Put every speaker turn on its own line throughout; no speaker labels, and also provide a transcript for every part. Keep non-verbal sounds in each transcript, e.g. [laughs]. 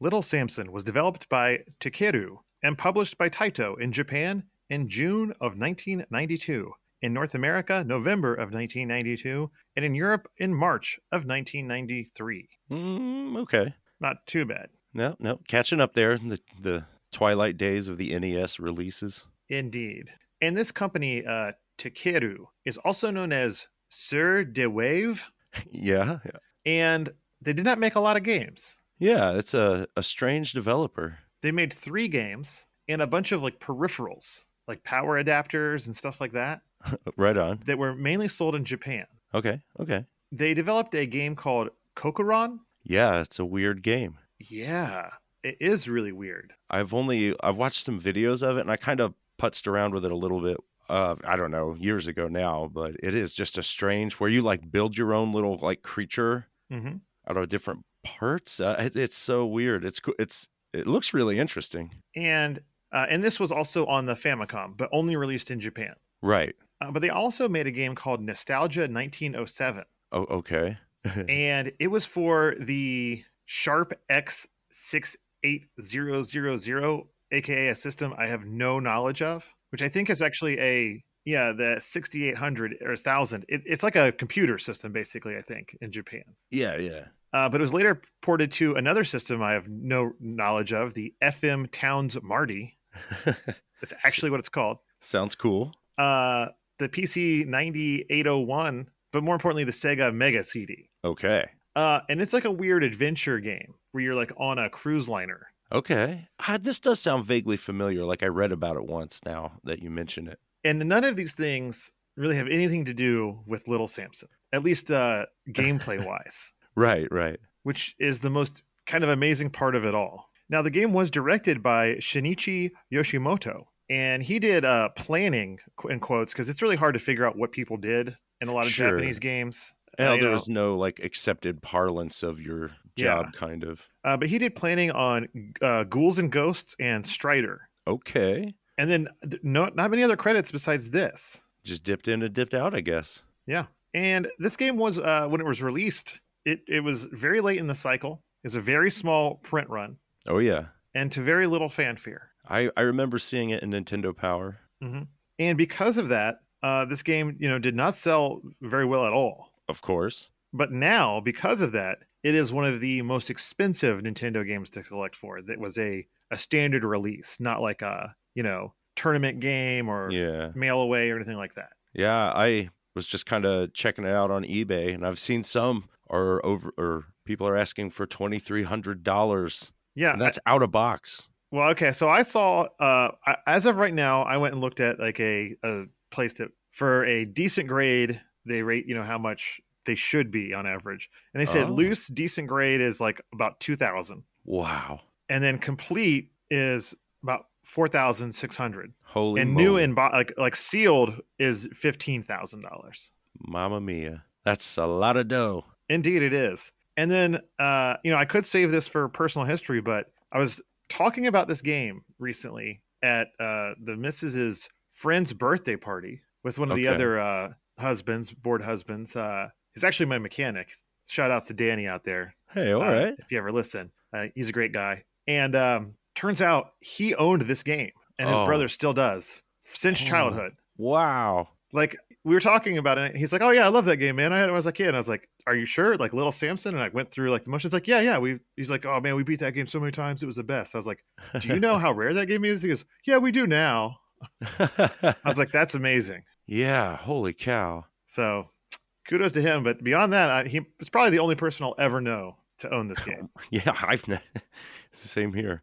Little Samson was developed by Takeru and published by Taito in Japan in June of 1992, in North America, November of 1992, and in Europe in March of 1993.
Mm, okay.
Not too bad.
No, no. Catching up there, the, the twilight days of the
[laughs]
NES releases.
Indeed. And this company, uh, Takeru, is also known as Sir de Wave,
Yeah. yeah.
and they did not make a lot of games.
Yeah, it's a, a strange developer.
They made three games and a bunch of like peripherals, like power adapters and stuff like that,
Oh, Right on.
that were mainly sold in Japan.
Okay. Okay.
They developed a game called Kokoron.
Yeah, it's a weird game.
Yeah, it is really weird.
I've only I've watched some videos of it and I kind of putzed around with it a little bit. Uh, I don't know, years ago now, but it is just a strange where you like build your own little like creature
hmm
out of different parts. Uh, it, it's so weird. It's co- it's it looks really interesting.
And uh, and this was also on the Famicom, but only released in Japan.
Right.
Uh, but they also made a game called Nostalgia 1907.
Oh, okay.
and it was for the Sharp X six eight zero zero zero, aka a system I have no knowledge of, which I think is actually a yeah the sixty eight hundred or thousand. It, it's like a computer system basically, I think, in Japan.
Yeah, yeah. [laughs]
Uh, but it was later ported to another system I have no knowledge of, the FM Towns Marty. That's actually what it's called.
Sounds cool.
Uh, the PC ninety eight oh one, but more importantly, the Sega Mega CD.
Okay.
Uh, and it's like a weird adventure game where you're like on a cruise liner.
Okay. Ah, this does sound vaguely familiar. Like I read about it once now that you mention it.
And none of these things really have anything to do with Little Samson, at least uh, gameplay wise,
Right, right.
which is the most kind of amazing part of it all. Now, the game was directed by Shinichi Yoshimoto, and he did uh, planning qu- in quotes because it's really hard to figure out what people did in a lot of
Sure.
Japanese games. Uh,
Well,
you
there
know.
was no like accepted parlance of your job kind of.
Uh, but he did planning on uh, Ghouls and Ghosts and Strider.
Okay.
And then th- no, not many other credits besides this.
Just dipped in and dipped out, I guess.
And this game was uh, when it was released, it it was very late in the cycle. It was a very small print run
Oh yeah.
and to very little fanfare.
I I remember seeing it in Nintendo Power.
And because of that, uh, this game you know did not sell very well at all.
Of course.
But now, because of that, it is one of the most expensive Nintendo games to collect for. That was a a standard release, not like a you know tournament game or
Yeah.
mail away or anything like that.
Yeah, I was just kind of checking it out on eBay, and I've seen some are over or people are asking for twenty three hundred dollars,
Yeah,
and that's out of box.
Well, okay. So I saw, uh, I- as of right now, I went and looked at like a, a place that for a decent grade, they rate, you know, how much they should be on average. And they said
Oh.
loose decent grade is like about 2000
Wow,
and then complete is about 4,600
holy
and new and bo- like, like sealed is $15,000.
Mamma Mia, that's a lot of dough.
Indeed, it is. And then, uh, you know, I could save this for personal history, but I was talking about this game recently at uh, the missus's friend's birthday party with one of the
Okay.
other uh, husbands, board husbands. Uh, he's actually my mechanic. Shout out to Danny out there.
Hey, all
uh,
right,
If you ever listen, uh, he's a great guy. And um, turns out he owned this game, and his
Oh.
brother still does since
Oh.
childhood
wow, [laughs]
like we were talking about it and he's like oh yeah i love that game man i had it when i was a kid and i was like are you sure like little samson and i went through like the motions like yeah yeah we he's like oh man we beat that game so many times it was the best i was like do you know how rare that game is he goes yeah we do now i was like that's amazing
yeah, holy cow. [laughs]
so kudos to him but beyond that I, he was probably the only person i'll ever know to own this game
Yeah, I've ne- [laughs] it's the same here.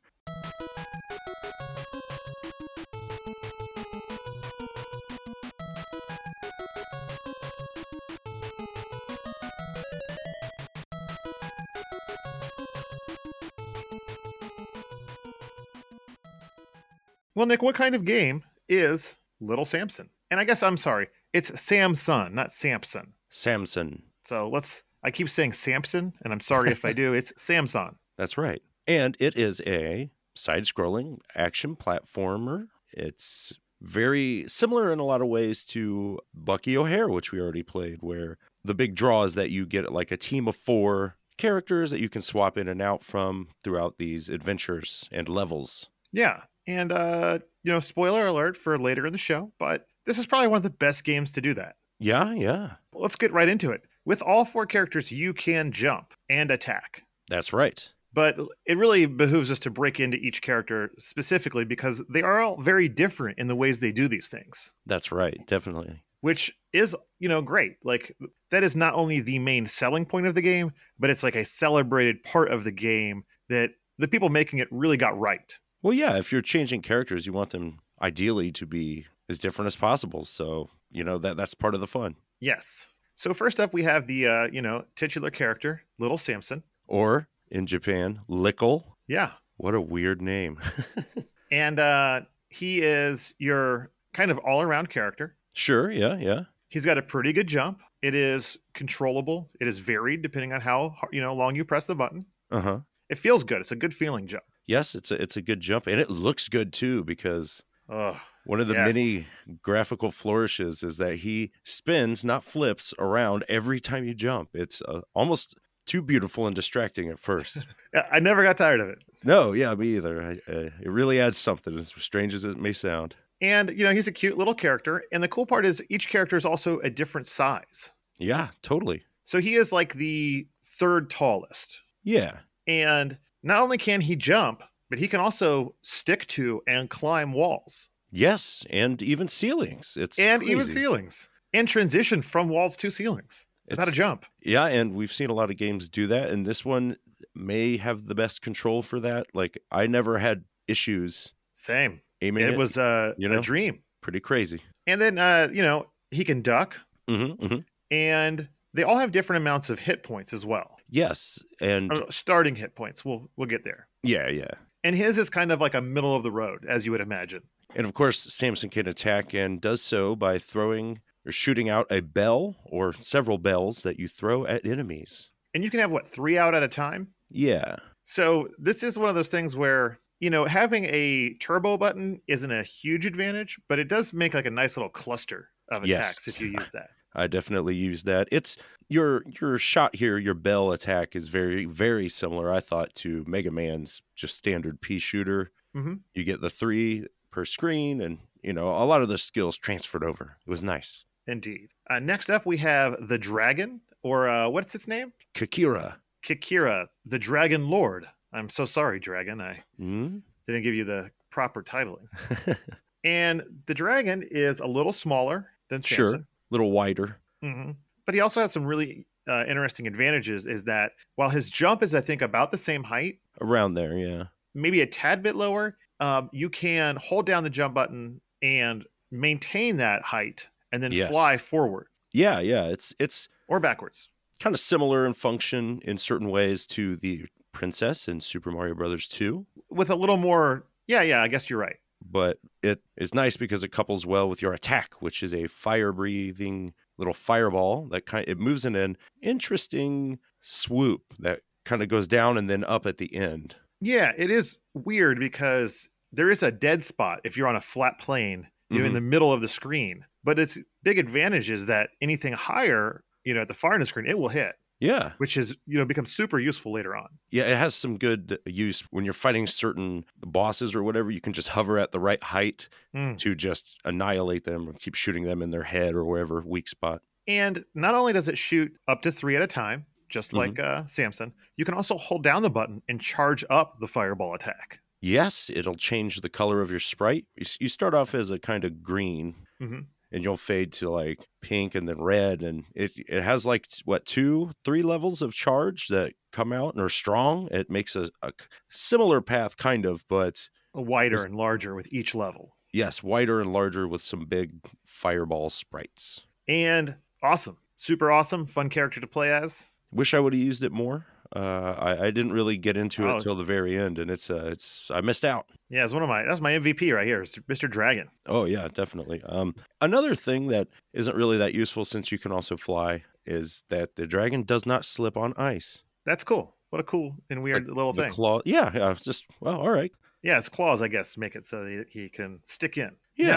Well, Nick, what kind of game is Little Samson? And I guess I'm sorry, it's Samson, not Samson.
Samson.
So let's. I keep saying Samson, and I'm sorry if I do. It's Samson.
That's right. And it is a side scrolling action platformer. It's very similar in a lot of ways to Bucky O'Hare, which we already played, where the big draw is that you get like a team of four characters that you can swap in and out from throughout these adventures and levels.
Yeah. And, uh, you know, spoiler alert for later in the show, but this is probably one of the best games to do that.
Yeah, yeah.
Let's get right into it. With all four characters, you can jump and attack,
That's right.
but it really behooves us to break into each character specifically because they are all very different in the ways they do these things,
That's right. Definitely.
which is, you know, great. Like, that is not only the main selling point of the game, but it's like a celebrated part of the game that the people making it really got right.
Well, yeah, if you're changing characters, you want them ideally to be as different as possible. So, you know, that that's part of the fun.
Yes. So first up, we have the uh, you know titular character, Little Samson.
Or in Japan, Lickle.
Yeah,
What a weird name. [laughs]
and uh, he is your kind of all-around character.
sure, yeah, yeah.
He's got a pretty good jump. It is controllable. It is varied depending on how har- you know long you press the button.
Uh-huh.
It feels good. It's a good feeling jump.
Yes, it's a it's a good jump and it looks good too because
Ugh.
one of the
Yes.
many graphical flourishes is that he spins, not flips, around every time you jump. It's uh, almost too beautiful and distracting at first.
I- I never got tired of it.
[laughs] no, yeah, me either. I, uh, it really adds something, as strange as it may sound.
And you know he's a cute little character. And the cool part is each character is also a different size.
Yeah, totally.
So he is like the third tallest.
Yeah,
And not only can he jump, but he can also stick to and climb walls
Yes, and even ceilings. It's
and even
crazy.
ceilings and transition from walls to ceilings without a
It's-
jump.
Yeah, and we've seen a lot of games do that, and this one may have the best control for that. Like I never had issues
Same.
aiming.
it was uh,
you
a
know?
dream.
pretty crazy.
And then, uh, you know, he can duck,
hmm
Mm-hmm, and they all have different amounts of hit points as well.
Yes, and
Or starting hit points. We'll we'll get there.
yeah, yeah,
And his is kind of like a middle of the road, as you would imagine.
and of course Samson can attack and does so by throwing or shooting out a bell or several bells that you throw at enemies.
And you can have what three out at a time.
Yeah,
So this is one of those things where you know having a turbo button isn't a huge advantage, but it does make like a nice little cluster of
Yes.
attacks
[laughs]
if you use that.
I definitely use that. It's your your shot here, your bell attack is very very similar. I thought to Mega Man's just standard pea shooter.
Mhm.
You get the three per screen, and you know a lot of the skills transferred over. It was nice.
Indeed. Uh, next up, we have the dragon, or uh, what's its name?
Kakira.
Kikira, the Dragon Lord. I'm so sorry, Dragon. I
Hmm?
didn't give you the proper
[laughs]
titling. and the dragon is a little smaller than
Sure.
Samson.
Little wider.
hmm But he also has some really uh, interesting advantages. Is that while his jump is, I think, about the same height,
Around there, yeah.
maybe a tad bit lower, um, you can hold down the jump button and maintain that height and then
Yes.
fly forward
Yeah, yeah. It's it's
or backwards.
kind of similar in function in certain ways to the princess in Super Mario Brothers 2.
With a little more, yeah, yeah, I guess you're right.
but it is nice because it couples well with your attack, which is a fire breathing little fireball that kind it moves in an interesting swoop that kind of goes down and then up at the end.
Yeah, it is weird because there is a dead spot if you're on a flat plane, you're in the
Mhm.
middle of the screen. But its big advantage is that anything higher, you know, at the far end of the screen, it will hit,
Yeah.
which is, you know, becomes super useful later on.
Yeah, it has some good use when you're fighting certain bosses or whatever, you can just hover at the right height
Mm.
to just annihilate them or keep shooting them in their head or wherever weak spot.
And not only does it shoot up to three at a time,
Mm-hmm.
just like uh, Samson, you can also hold down the button and charge up the fireball attack.
Yes, it'll change the color of your sprite. You s- You start off as a kind of green,
Mhm.
and you'll fade to like pink and then red, and it it has like t- what two, three levels of charge that come out and are strong. It makes a, a c- similar path, kind of, but
uh, Wider
Is-
and larger with each level.
yes, wider and larger with some big fireball sprites.
And awesome. Super awesome. Fun character to play as.
Wish I would have used it more. Uh, I, I didn't really get into
Oh,
it till the very end, and it's uh, it's I missed out.
Yeah, it's one of my that's my MVP right here. It's Mr. Dragon.
Oh yeah, definitely. Um, another thing that isn't really that useful since you can also fly is that the dragon does not slip on ice.
That's cool. What a cool and weird little
the
thing.
claw, yeah, yeah, it's just well, all right.
yeah, it's claws, I guess, make it so that he can stick in.
Yeah.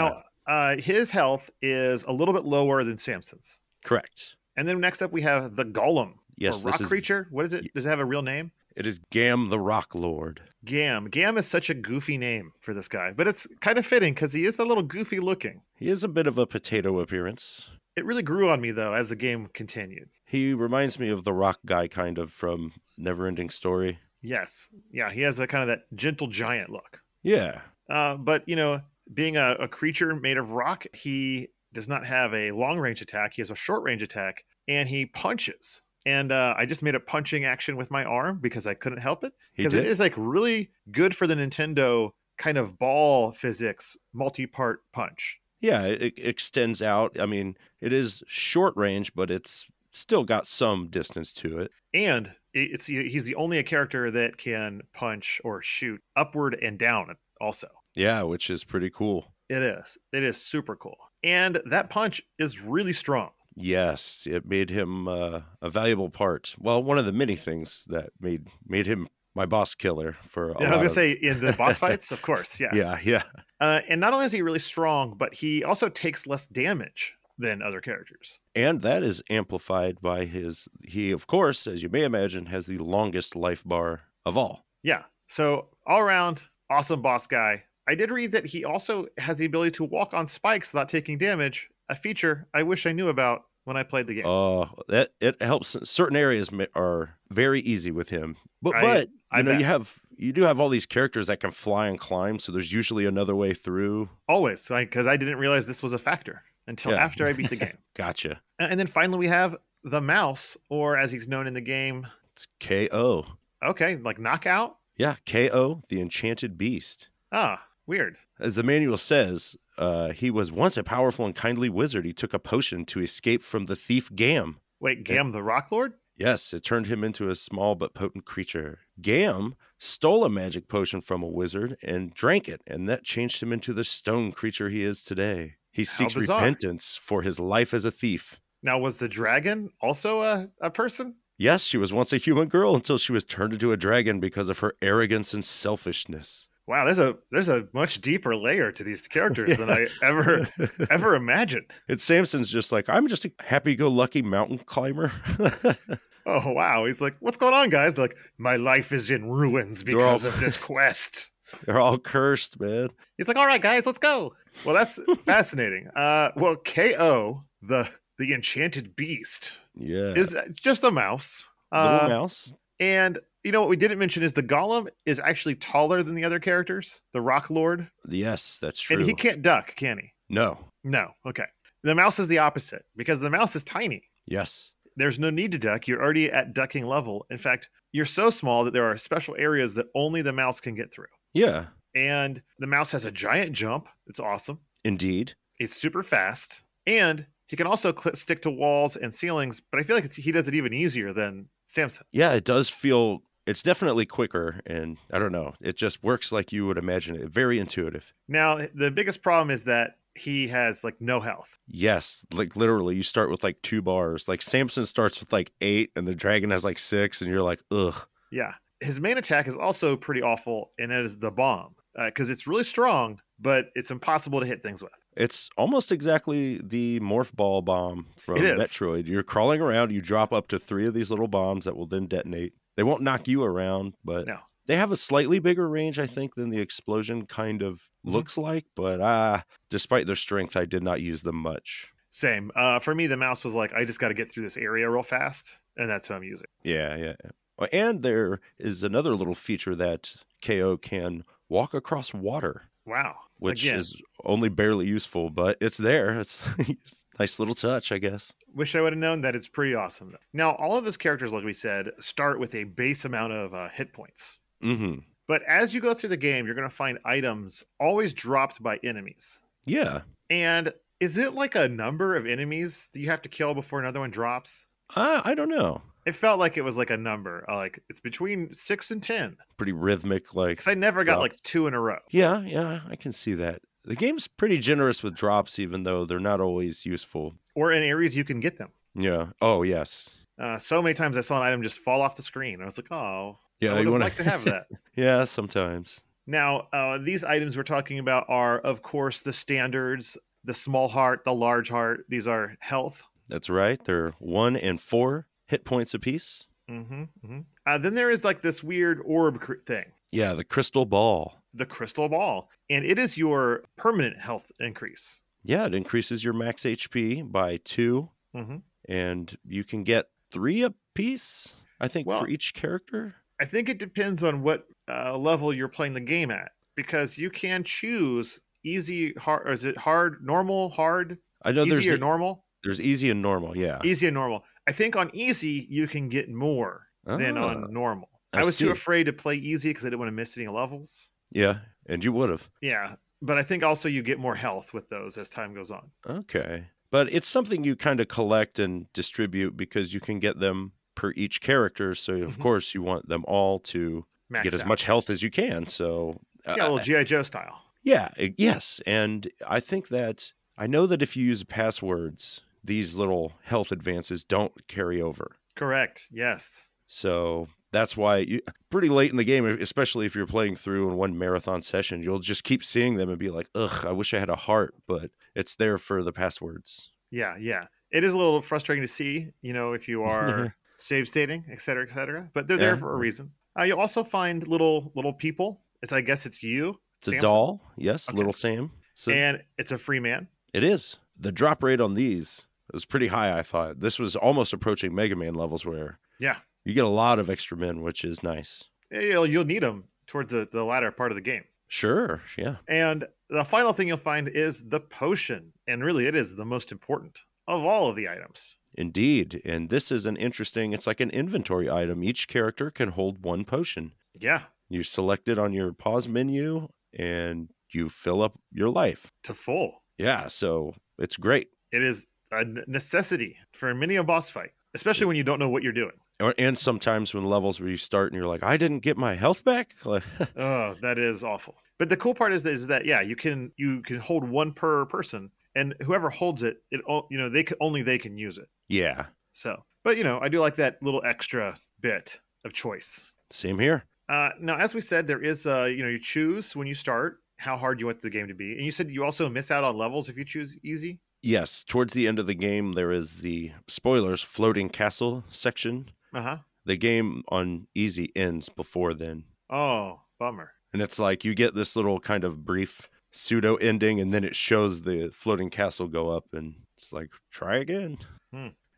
Now, uh, his health is a little bit lower than Samson's.
Correct.
And then next up, we have the Golem.
Yes,
or rock
this is
creature. What is it? Does it have a real name?
it is Gam the Rock Lord.
Gam. Gam is such a goofy name for this guy, but it's kind of fitting because he is a little goofy looking.
He is a bit of a potato appearance.
It really grew on me though as the game continued.
He reminds me of the rock guy kind of from Neverending Story.
Yes, yeah, he has a kind of that gentle giant look.
Yeah.
Uh, but you know, being a, a creature made of rock, he does not have a long range attack. He has a short range attack, and he punches. And uh, I just made a punching action with my arm because I couldn't help it.
He
Because it
did.
is like really good for the Nintendo kind of ball physics multi part punch.
Yeah, it, it extends out. I mean, it is short range, but it's still got some distance to it.
and it- it's he's the only character that can punch or shoot upward and down also
Yeah, which is pretty cool.
it is it is super cool and that punch is really strong
Yes, it made him uh, a valuable part. Well, one of the many things that made made him my boss killer for. A
i was
lot
gonna
of-
say in the
[laughs]
boss fights of course yes
Yeah, yeah,
uh, and not only is he really strong but he also takes less damage than other characters
and that is amplified by his. He, of course, as you may imagine, has the longest life bar of all.
yeah so all around awesome boss guy i did read that he also has the ability to walk on spikes without taking damage a feature i wish i knew about when i played the game
Oh, that it helps. Certain areas ma- are very easy with him, but
I-
but
I
you know
bet.
you have you do have all these characters that can fly and climb, so there's usually another way through.
always because I didn't realize this was a factor until
Yeah.
after I beat the
[laughs]
game.
Gotcha.
A- and then finally, we have the mouse, or as he's known in the game,
It's K.O.
okay, like knockout.
Yeah, K.O. the Enchanted Beast.
Ah, weird.
As the manual says, uh, he was once a powerful and kindly wizard. He took a potion to escape from the thief Gam.
Wait, Gam the Rock Lord?
Yes, it turned him into a small but potent creature. Gam stole a magic potion from a wizard and drank it, and that changed him into the stone creature he is today. He seeks
bizarre.
repentance for his life as a thief.
Now, was the dragon also a, a person?
Yes, she was once a human girl until she was turned into a dragon because of her arrogance and selfishness.
Wow, there's a there's a much deeper layer to these characters than
[laughs]
I ever ever imagined.
And Samson's just like, I'm just a happy go lucky mountain climber. [laughs]
Oh wow, he's like, what's going on, guys? They're like, my life is in ruins
You're all-
because of
[laughs]
this quest.
They're all cursed, man.
He's like, "All right, guys, let's go." Well, [laughs] that's fascinating. Uh, well, Ko the the enchanted beast
Yeah.
is just a mouse,
Little
uh,
mouse.
and you know what we didn't mention is the golem is actually taller than the other characters, the rock lord,
Yes, that's true.
and he can't duck, can he?
no.
No. Okay. The mouse is the opposite because the mouse is tiny.
Yes.
There's no need to duck. You're already at ducking level. In fact, you're so small that there are special areas that only the mouse can get through.
Yeah.
And the mouse has a giant jump. It's awesome.
Indeed.
He's super fast, and he can also cl- stick to walls and ceilings. But I feel like it's, he does it even easier than Samson.
Yeah, it does feel it's definitely quicker and I don't know. It just works like you would imagine it. Very intuitive.
Now, the biggest problem is that he has like no health.
Yes, like literally you start with like two bars. Like Samson starts with like eight and the dragon has like six and you're like, ugh.
Yeah, his main attack is also pretty awful, and it is the bomb because it's really strong, but it's impossible to hit things with.
It's almost exactly the morph ball bomb from
It is.
Metroid. You're crawling around, you drop up to three of these little bombs that will then detonate. They won't knock you around, but
No.
they have a slightly bigger range, I think, than the explosion kind of
Mm-hmm.
looks like. But ah, despite their strength, I did not use them much.
Same uh, for me. The mouse was like, I just got to get through this area real fast, and that's who I'm using.
Yeah, yeah. Oh, And there is another little feature that KO can walk across water,
Wow,
which
Again,
is only barely useful, but it's there. It's, [laughs] it's a nice little touch, I guess.
Wish I would have known that. It's pretty awesome. though. Now, all of his characters, like we said, start with a base amount of uh, hit points.
Mm-hmm.
But as you go through the game, you're going to find items always dropped by enemies.
Yeah.
And is it like a number of enemies that you have to kill before another one drops?
Uh, I don't know.
It felt like it was like a number, uh, like it's between six and ten.
Pretty rhythmic, like
Because I never got
Wow.
like two in a row.
Yeah, yeah, I can see that. The game's pretty generous with drops, even though they're not always useful.
Or in areas you can get them.
Yeah. Oh, yes.
Uh, so many times I saw an item just fall off the screen. I was like, oh,
Yeah,
I would
you
have
wanna-
liked to have that.
[laughs] Yeah, sometimes.
Now, uh, these items we're talking about are, of course, the standards, the small heart, the large heart. These are health.
That's right. They're one and four hit points apiece.
Mm-hmm, hmm Uh, then there is like this weird orb cr- thing,
Yeah, the crystal ball.
the crystal ball, and it is your permanent health increase.
Yeah, it increases your max HP by two,
Mhm.
and you can get three apiece, I think,
Well-
for each character.
I think it depends on what uh, level you're playing the game at, because you can choose easy, hard, or is it hard, normal, hard,
I know
easy,
there's
or normal,
there's easy and normal. Yeah.
easy and normal. I think on easy you can get more than
Ah,
on normal.
I
I, was
see.
too afraid to play easy because I didn't want to miss any levels.
Yeah, and you would have.
Yeah, but I think also you get more health with those as time goes on.
Okay. But it's something you kind of collect and distribute because you can get them per each character. So, of
Mhm.
course, you want them all to
Max
get as
out.
much health as you can. So, uh,
yeah, a
oh,
little GI Joe style.
yeah, e- yes. And I think that I know that if you use passwords, these little health advances don't carry over.
Correct. Yes.
So, that's why you, pretty late in the game, e, especially if you're playing through in one marathon session, you'll just keep seeing them and be like, ugh, I wish I had a heart, but it's there for the passwords.
Yeah. Yeah. It is a little frustrating to see, you know, if you [laughs] are save stating, et cetera, et cetera. But they're there
Yeah.
for a reason. Uh, you also find little little people. It's I guess it's you.
It's a
Samson,
doll. Yes,
Okay.
little Sam. So
and it's a free man.
it is. The drop rate on these was pretty high, I thought. This was almost approaching Mega Man levels where
Yeah.
you get a lot of extra men, which is nice.
You'll you'll need them towards the, the latter part of the game.
Sure. Yeah.
And the final thing you'll find is the potion. And really, it is the most important of all of the items.
Indeed. And this is an interesting, it's like an inventory item. Each character can hold one potion.
Yeah.
You select it on your pause menu and you fill up your life.
To full.
Yeah. So it's great.
It is a n- necessity for many a boss fight, especially when you don't know what you're doing.
Or, and sometimes when levels where you start and you're like, I didn't get my health back. [laughs] Like,
Oh, that is awful. But the cool part is, is that yeah, you can you can hold one per person, and whoever holds it, it o- you know they can, only they can use it.
yeah.
So, but you know, I do like that little extra bit of choice.
Same here.
Uh, now, as we said, there is uh, you know you choose when you start how hard you want the game to be, and you said you also miss out on levels if you choose easy.
Yes, towards the end of the game, there is the spoilers floating castle section.
Uh huh.
The game on easy ends before then.
Oh, bummer.
And it's like you get this little kind of brief pseudo ending, and then it shows the floating castle go up, and it's like, try again.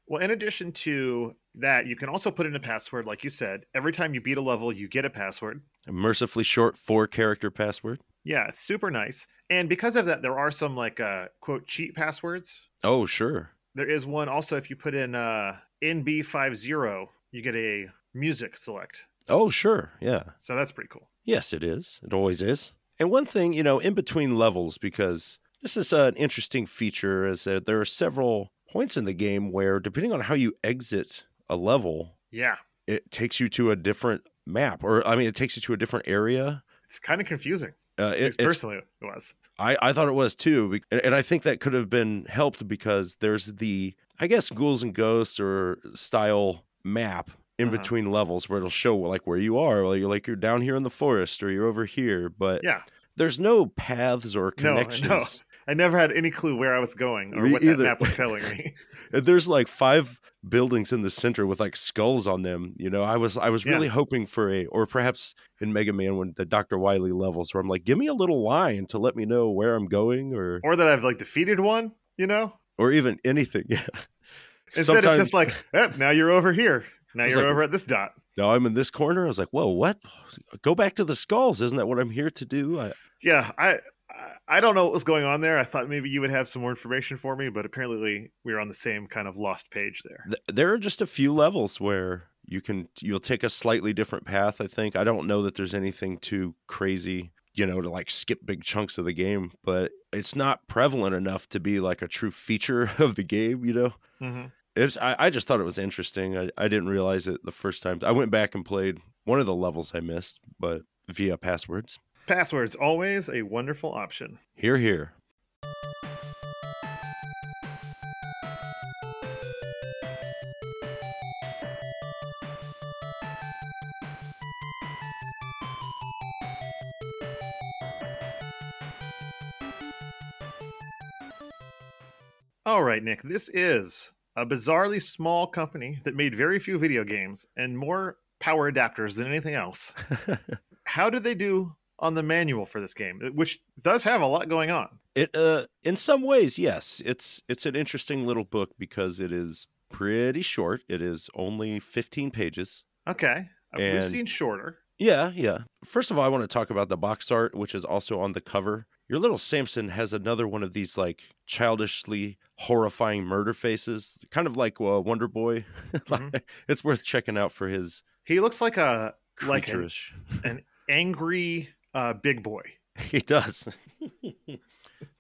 Well, in addition to that, you can also put in a password, like you said. Every time you beat a level, you get a password.
A mercifully short four character password.
Yeah, it's super nice. And because of that, there are some like uh, quote cheat passwords.
Oh, sure.
There is one also if you put in uh, NB50, you get a music select.
Oh, sure. Yeah.
So that's pretty cool.
Yes, it is. It always is. And one thing, you know, in between levels, because this is an interesting feature, is that there are several points in the game where, depending on how you exit a level,
Yeah,
it takes you to a different map, or I mean, it takes you to a different area.
it's kind of confusing.
Uh,
At
it,
least
it's,
personally, it was.
I, I thought it was too, be- and, and I think that could have been helped because there's the, I guess, ghouls and ghosts or style map in
Uh-huh.
between levels where it'll show like where you are, like you're like you're down here in the forest or you're over here, but
Yeah,
there's no paths or
No, no. [laughs]
connections.
I never had any clue where I was going or
Me
what
either.
that map was telling
[laughs]
me.
Uh, There's like five buildings in the center with like skulls on them. You know, I was I was
Yeah.
really hoping for a or perhaps in Mega Man when the Dr. Wily levels where I'm like, give me a little line to let me know where I'm going or
or that I've like defeated one, you know?
or even anything. [laughs] Yeah.
Instead, it's just like, eh, now you're over here. Now
It's
you're
like-
over at this dot.
now I'm in this corner. I was like, whoa, what? Go back to the skulls. Isn't that what I'm here to do? I,
Yeah, I I- I don't know what was going on there. I thought maybe you would have some more information for me, but apparently we were on the same kind of lost page there.
Th- there are just a few levels where you can you'll take a slightly different path i think i don't know that there's anything too crazy you know to like skip big chunks of the game [laughs] but it's not prevalent enough to be like a true feature of the game you know It's, I, I just thought it was interesting. I, I didn't realize it the first time. I went back and played one of the levels I missed, but via passwords.
Passwords, always a wonderful option.
Here, here.
All right, Nick, this is a bizarrely small company that made very few video games and more power adapters than anything else. How did they do on the manual for this game, which does have a lot going on?
It uh in some ways, yes. It's it's an interesting little book because it is pretty short. It is only 15 pages.
Okay. We've
And-
seen shorter.
Yeah, yeah. First of all, I want to talk about the box art, which is also on the cover. Your little Samson has another one of these like childishly horrifying murder faces, kind of like uh, Wonder Boy. [laughs] Mm-hmm.
Mhm.
it's worth checking out for his
He looks like a Like an-
creaturish. [laughs]
angry uh, big boy.
He [laughs] does.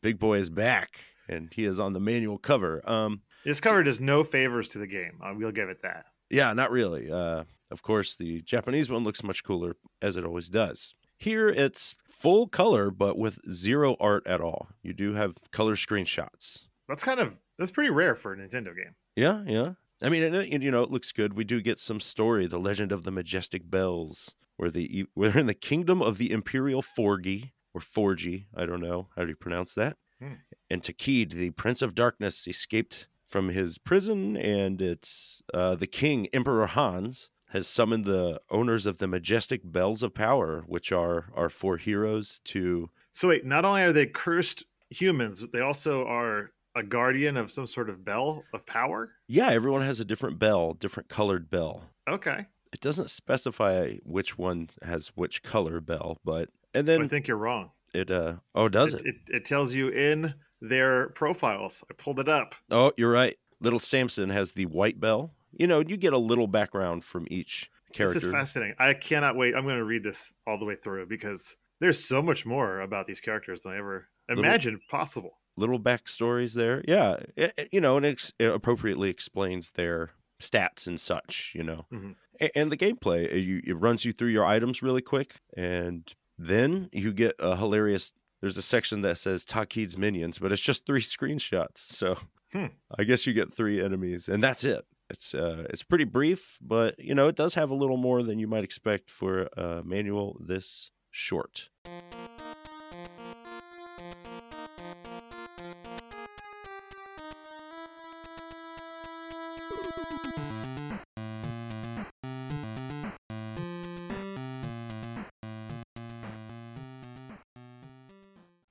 Big Boy is back, and he is on the manual cover. Um,
This cover does no favors to the game. I will give it that.
Yeah, not really. Uh, of course, the Japanese one looks much cooler, as it always does. Here, it's full color, but with zero art at all. You do have color screenshots.
That's kind of that's pretty rare for a Nintendo game.
Yeah, yeah. I mean, and, it- and, you know, it looks good. We do get some story, the legend of the majestic bells, where the e- [laughs] we're in the kingdom of the imperial Forgi or Forgi. I don't know how do you pronounce that.
Hmm.
And Takid, the prince of darkness, escaped from his prison, and it's uh, the king, Emperor Hans, has summoned the owners of the majestic bells of power, which are our four heroes, to
So wait, not only are they cursed humans, they also are a guardian of some sort of bell of power.
yeah, everyone has a different bell, different colored bell.
Okay,
it doesn't specify which one has which color bell, but and
I
then
think you're wrong.
it uh oh does it,
It, it tells you in their profiles. I pulled it up.
Oh, you're right. Little Samson has the white bell. You know, you get a little background from each character.
This is fascinating. I cannot wait. I'm going to read this all the way through because there's so much more about these characters than I ever
Little-
imagined possible.
Little backstories there. Yeah, it, it- you know, and it, it appropriately explains their stats and such. You know,
Mhm.
A- and the gameplay. It, you, it runs you through your items really quick, and then you get a hilarious. There's a section that says Takid's minions, but it's just three [laughs] screenshots. So
Hmm.
I guess you get three enemies, and that's it. It's uh, it's pretty brief, but you know, it does have a little more than you might expect for a manual this short.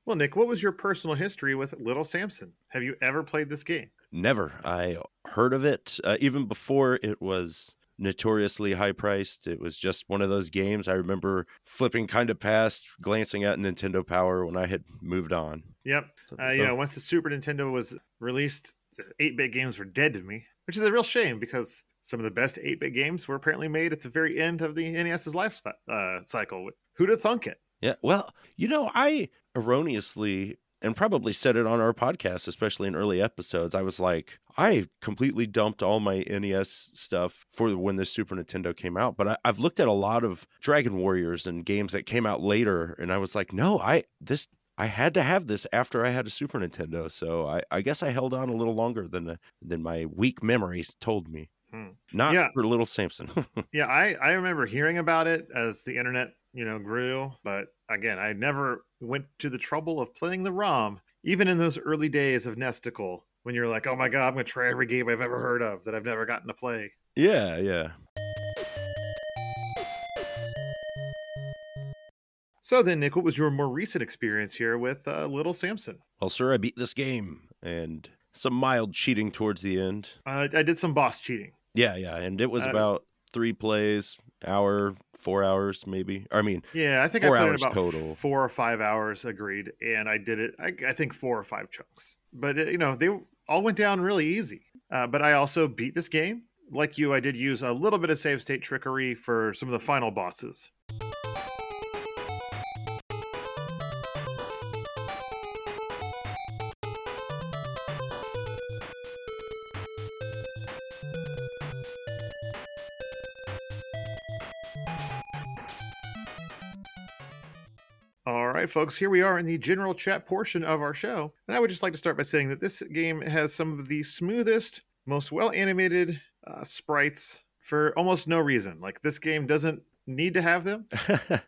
Well, Nick, what was your personal history with Little Samson? Have you ever played this game?
Never. I heard of it uh, even before it was notoriously high priced. It was just one of those games I remember flipping kind of past, glancing at Nintendo Power when I had moved on.
Yep. Uh, you know, once the Super Nintendo was released, the 8 bit games were dead to me, which is a real shame because some of the best 8 bit games were apparently made at the very end of the NES's life cy- uh, cycle. Who'd have thunk it?
Yeah. Well, you know, I erroneously and probably said it on our podcast, especially in early episodes. I was like, I completely dumped all my NES stuff for when the Super Nintendo came out. But I, I've looked at a lot of Dragon Warriors and games that came out later, and I was like, no, I this I had to have this after I had a Super Nintendo. So I, I guess I held on a little longer than than my weak memories told me.
Hmm.
Not
Yeah.
for Little Samson. [laughs]
Yeah, I, I remember hearing about it as the internet, you know, grew. But again, I never went to the trouble of playing the ROM, even in those early days of Nesticle, when you're like, oh my God, I'm going to try every game I've ever heard of that I've never gotten to play.
yeah, yeah.
So then, Nick, what was your more recent experience here with uh, Little Samson?
well, sir, I beat this game and some mild cheating towards the end.
Uh, I did some boss cheating.
Yeah, yeah. And it was
Uh,
about three plays, hour, four hours, maybe.
[laughs]
I mean,
Yeah, I think
Four
I put in
hours
about
total.
four or five hours. Agreed, and I did it. I, I think four or five chunks, but uh, you know they all went down really easy. Uh, but I also beat this game. Like you, I did use a little bit of save state trickery for some of the final bosses. All right, folks, here we are in the general chat portion of our show. And I would just like to start by saying that this game has some of the smoothest, most well animated uh, sprites for almost no reason. Like, this game doesn't need to have them, uh,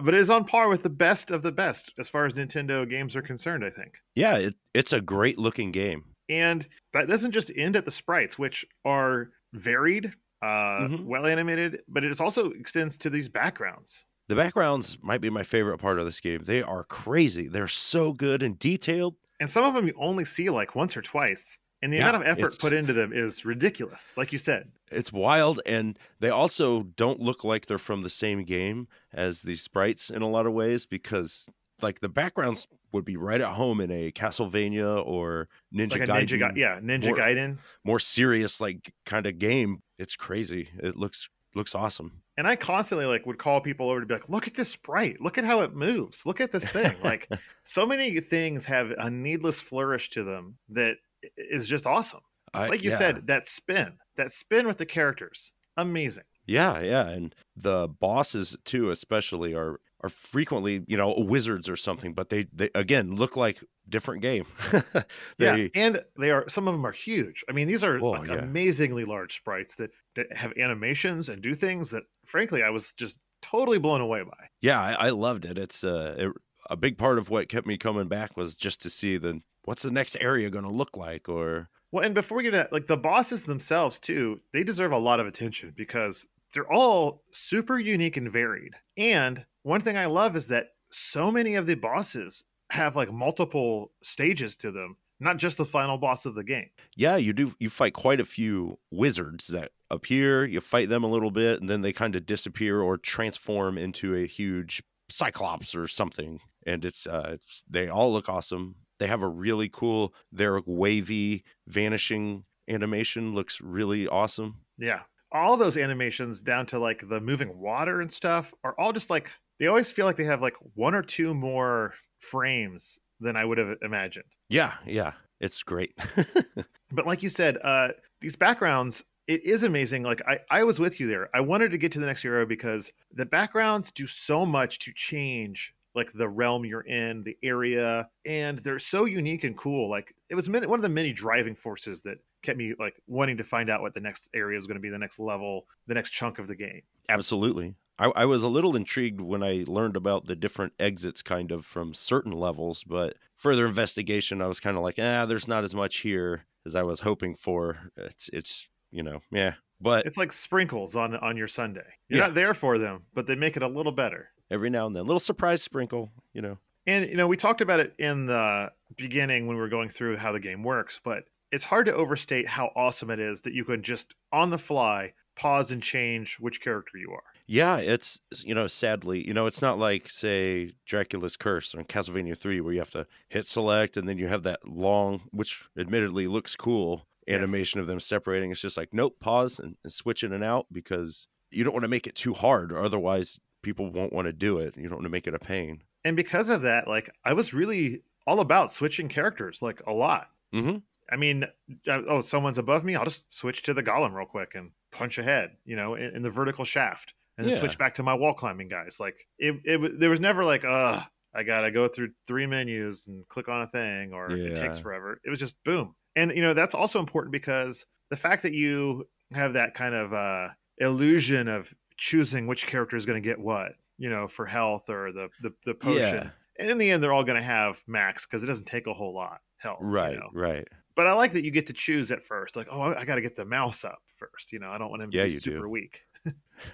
but it is on par with the best of the best as far as Nintendo games are concerned, I think.
yeah, it, it's a great looking game.
And that doesn't just end at the sprites, which are varied, uh,
Mhm.
well animated, but it also extends to these backgrounds.
The backgrounds might be my favorite part of this game. They are crazy. They're so good and detailed.
And some of them you only see like once or twice. And the
Yeah,
amount of effort
it's-
put into them is ridiculous, like you said.
It's wild, and they also don't look like they're from the same game as the sprites in a lot of ways because, like, the backgrounds would be right at home in a Castlevania or Ninja
like a
Gaiden,
ninja, Ga- yeah, Ninja
more-
Gaiden.
more serious, like, kind of game. It's crazy. It looks looks awesome.
And I constantly like would call people over to be like, "Look at this sprite! Look at how it moves! Look at this thing!"
[laughs]
like, so many things have a needless flourish to them that i- is just awesome.
I-
Like you
Uh, yeah.
said, that spin, that spin with the characters, amazing.
Yeah, yeah, and the bosses too, especially are are frequently you know wizards or something, but they they again look like different game. [laughs]
yeah,
they,
and they are some of them are huge. I mean, these are
Oh,
like
yeah.
amazingly large sprites that, that have animations and do things that, frankly, I was just totally blown away by.
yeah, I, I loved it. It's uh, it, a big part of what kept me coming back was just to see the what's the next area going to look like, or
Well, and before we get to that, like the bosses themselves too, they deserve a lot of attention because they're all super unique and varied. And one thing I love is that so many of the bosses have like multiple stages to them, not just the final boss of the game.
yeah, you do you fight quite a few wizards that appear. You fight them a little bit, and then they kind of disappear or transform into a huge cyclops or something. And it's uh, it's, they all look awesome. They have a really cool their wavy vanishing animation looks really awesome.
Yeah. All those animations down to like the moving water and stuff are all just like they always feel like they have like one or two more frames than I would have imagined.
Yeah, yeah, it's great. [laughs]
but like you said uh these backgrounds it is amazing like i i was with you there i wanted to get to the next era because the backgrounds do so much to change like the realm you're in the area and they're so unique and cool like it was many, one of the many driving forces that kept me like wanting to find out what the next area is going to be the next level the next chunk of the game
Absolutely. I, I was a little intrigued when I learned about the different exits kind of from certain levels, but further investigation, I was kind of like, ah, there's not as much here as I was hoping for. It's, it's you know, yeah. But
it's like sprinkles on on your sunday you're
Yeah.
not there for them but they make it a little better
every now and then, little surprise sprinkle, you know.
And you know, we talked about it in the beginning when we were going through how the game works, but it's hard to overstate how awesome it is that you can just on the fly pause and change which character you are.
Yeah, it's you know, sadly, you know, it's not like say Dracula's Curse or Castlevania 3 where you have to hit select and then you have that long which admittedly looks cool
Yes.
animation of them separating. It's just like nope, pause and, and switch in and out because you don't want to make it too hard or otherwise people won't want to do it. You don't want to make it a pain.
And because of that, like I was really all about switching characters like a lot.
Mhm.
I mean, uh, oh, someone's above me, I'll just switch to the golem real quick and punch ahead, you know, in, in the vertical shaft and then
Yeah.
switch back to my wall climbing guys. Like it, it w- there was never like, uh, I gotta go through three menus and click on a thing, or it takes
Yeah.
forever. It was just boom. And you know that's also important because the fact that you have that kind of uh, illusion of choosing which character is going to get what, you know, for health or the the, the potion.
Yeah.
And in the end, they're all going to have max because it doesn't take a whole lot health, you
Right,
know?
right.
But I like that you get to choose at first. Like, oh, I, got to get the mouse up first. You know, I don't want him to
Yeah,
be
you do.
super weak.
[laughs]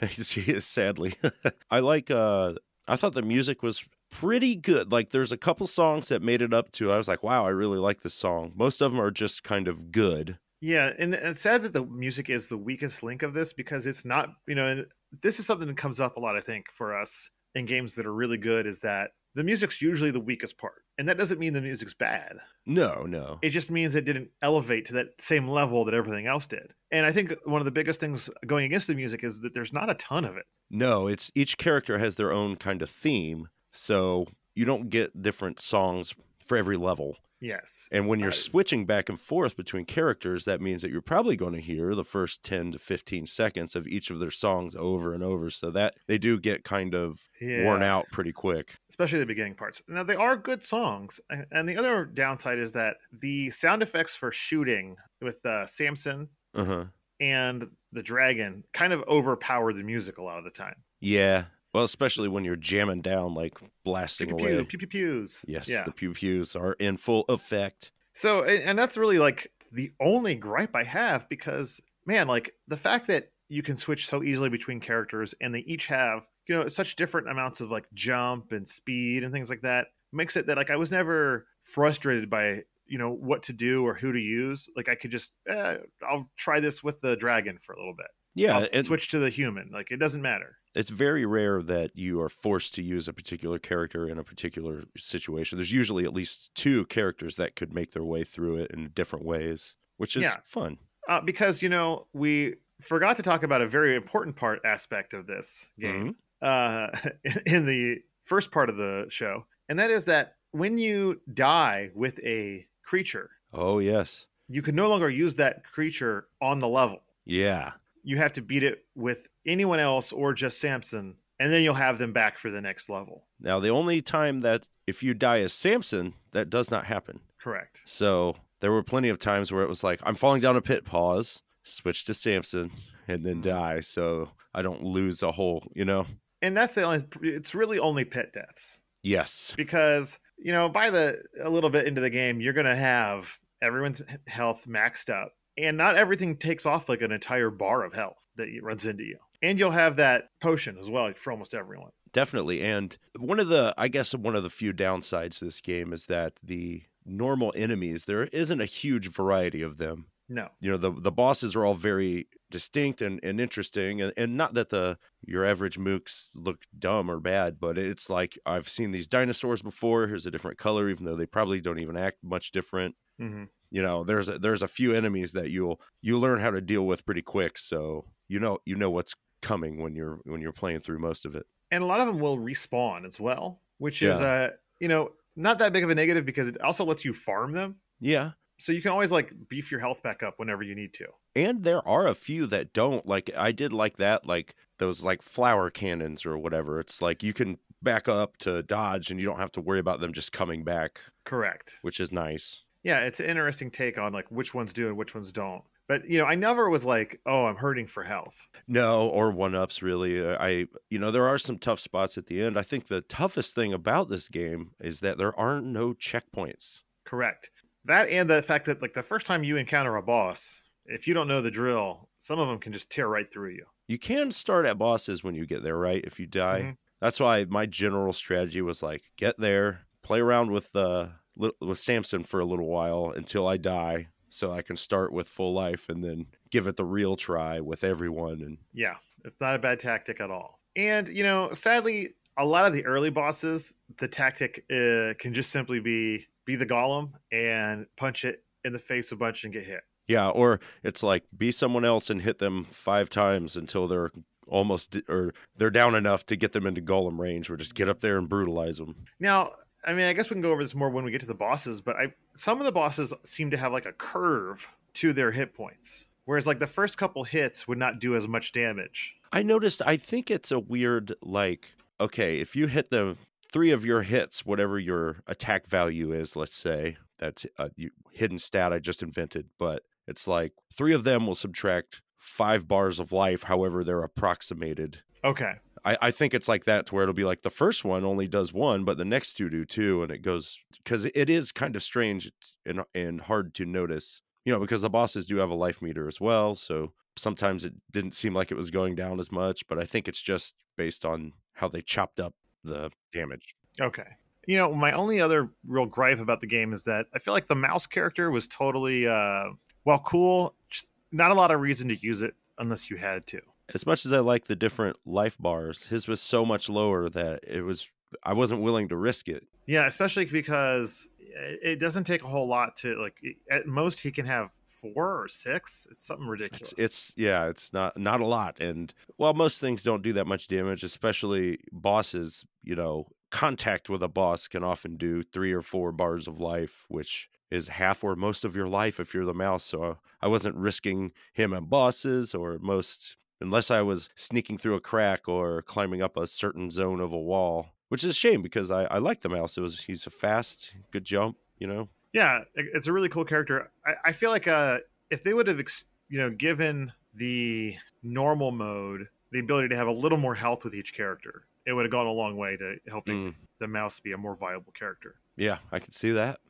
she is sadly [laughs] i like uh i thought the music was pretty good like there's a couple songs that made it up to i was like wow i really like this song most of them are just kind of good
Yeah, and and it's sad that the music is the weakest link of this because it's not, you know, and this is something that comes up a lot, I think, for us in games that are really good is that the music's usually the weakest part. And that doesn't mean the music's bad.
no no
It just means it didn't elevate to that same level that everything else did. And I think one of the biggest things going against the music is that there's not a ton of it.
no it's each character has their own kind of theme so you don't get different songs for every level
Yes.
And when you're
Right.
switching back and forth between characters, that means that you're probably going to hear the first 10 to 15 seconds of each of their songs over and over. So that they do get kind of
Yeah.
worn out pretty quick.
especially the beginning parts. Now they are good songs, and- and the other downside is that the sound effects for shooting with uh, Samson
Uh huh.
and the dragon kind of overpower the music a lot of the time.
Yeah. Well, especially when you're jamming down, like
Pew
blasting
pew
away.
pew, pew pew pews.
Yes,
yeah.
the pew pews are in full effect.
So, and, and that's really like the only gripe I have because, man, like the fact that you can switch so easily between characters and they each have, you know, such different amounts of like jump and speed and things like that makes it that like I was never frustrated by, you know, what to do or who to use. Like I could just, eh, I'll try this with the dragon for a little bit.
Yeah,
I'll
and
switch to the human. Like it doesn't matter.
it's very rare that you are forced to use a particular character in a particular situation. There's usually at least two characters that could make their way through it in different ways, which is
Yeah.
fun.
Uh, because, you know, we forgot to talk about a very important part aspect of this game.
Mhm.
uh, [laughs] in the first part of the show, and that is that when you die with a creature,
Oh yes.
you can no longer use that creature on the level.
Yeah.
You have to beat it with anyone else or just Samson, and then you'll have them back for the next level.
Now the only time that if you die as Samson, that does not happen.
Correct.
So there were plenty of times where it was like, I'm falling down a pit, pause, switch to Samson, and then die. So I don't lose a whole, you know?
And that's the only. It's really only pit deaths
Yes.
because you know by the a little bit into the game, you're gonna have everyone's health maxed up, and not everything takes off like an entire bar of health that runs into you. And you'll have that potion as well for almost everyone.
Definitely. And one of the, I guess, one of the few downsides to this game is that the normal enemies, there isn't a huge variety of them.
No,
you know the the bosses are all very distinct and, and interesting and, and not that the your average mooks look dumb or bad but it's like i've seen these dinosaurs before here's a different color even though they probably don't even act much different
mm-hmm.
you know there's a, there's a few enemies that you'll you learn how to deal with pretty quick so you know you know what's coming when you're when you're playing through most of it
and a lot of them will respawn as well, which is
Yeah.
uh you know not that big of a negative because it also lets you farm them,
yeah
so you can always like beef your health back up whenever you need to.
and there are a few that don't like i did like that like those like flower cannons or whatever it's like you can back up to dodge and you don't have to worry about them just coming back
Correct.
which is nice
Yeah, it's an interesting take on like which ones do and which ones don't. But you know, I never was like, oh, I'm hurting for health.
no or one ups really Uh, i you know there are some tough spots at the end i think the toughest thing about this game is that there are no checkpoints
Correct. That and the fact that like the first time you encounter a boss, if you don't know the drill, some of them can just tear right through you.
you can start at bosses when you get there right if you die
Mhm.
that's why my general strategy was like get there play around with uh, li- with samson for a little while until i die so i can start with full life and then give it the real try with everyone and
Yeah, it's not a bad tactic at all. And you know, sadly, a lot of the early bosses, the tactic uh, can just simply be be the golem and punch it in the face a bunch and get hit.
yeah or it's like be someone else and hit them five times until they're almost or they're down enough to get them into golem range or just get up there and brutalize them
Now, I mean, I guess we can go over this more when we get to the bosses, but I some of the bosses seem to have like a curve to their hit points, whereas like the first couple hits would not do as much damage.
I noticed. I think it's a weird like. Okay, if you hit the three of your hits, whatever your attack value is, let's say that's a you- hidden stat I just invented, but it's like three of them will subtract five bars of life, however they're approximated.
Okay,
I, I think it's like that to where it'll be like the first one only does one, but the next two do two, and it goes because it is kind of strange and and hard to notice, you know, because the bosses do have a life meter as well. So sometimes it didn't seem like it was going down as much, but I think it's just based on how they chopped up the damage.
okay. You know, my only other real gripe about the game is that I feel like the mouse character was totally, uh, well, cool. Just not a lot of reason to use it unless you had to.
As much as I like the different life bars, his was so much lower that it was I wasn't willing to risk it.
Yeah, especially because it it doesn't take a whole lot to like. e, At most, he can have four or six. It's something ridiculous.
It's, it's yeah, it's not not a lot, and while most things don't do that much damage, especially bosses, you know, contact with a boss can often do three or four bars of life, which is half or most of your life if you're the mouse. So I wasn't risking him at bosses or most, unless I was sneaking through a crack or climbing up a certain zone of a wall, which is a shame because I, I like the mouse. It was he's a fast, good jump, you know.
Yeah, it- it's a really cool character. I, I feel like uh, if they would have, ex- you know, given the normal mode the ability to have a little more health with each character, it would have gone a long way to helping
Mm,
the mouse be a more viable character.
yeah, I could see that.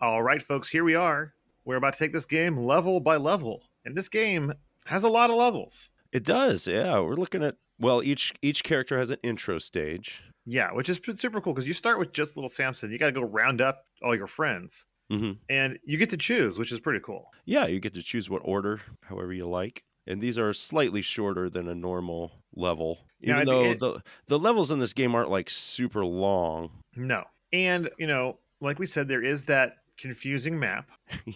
All right, folks, here we are. We're about to take this game level by level, and this game has a lot of levels.
It does. Yeah, we're looking at well, each each character has an intro stage.
Yeah, which is super cool because you start with just little Samson. You got to go round up all your friends,
Mm-hmm.
and you get to choose, which is pretty cool.
Yeah, you get to choose what order, however you like. And these are slightly shorter than a normal level.
Yeah,
Even
I
though
think it-
the the levels in this game aren't like super long. [laughs]
No, and you know, like we said, there is that confusing map.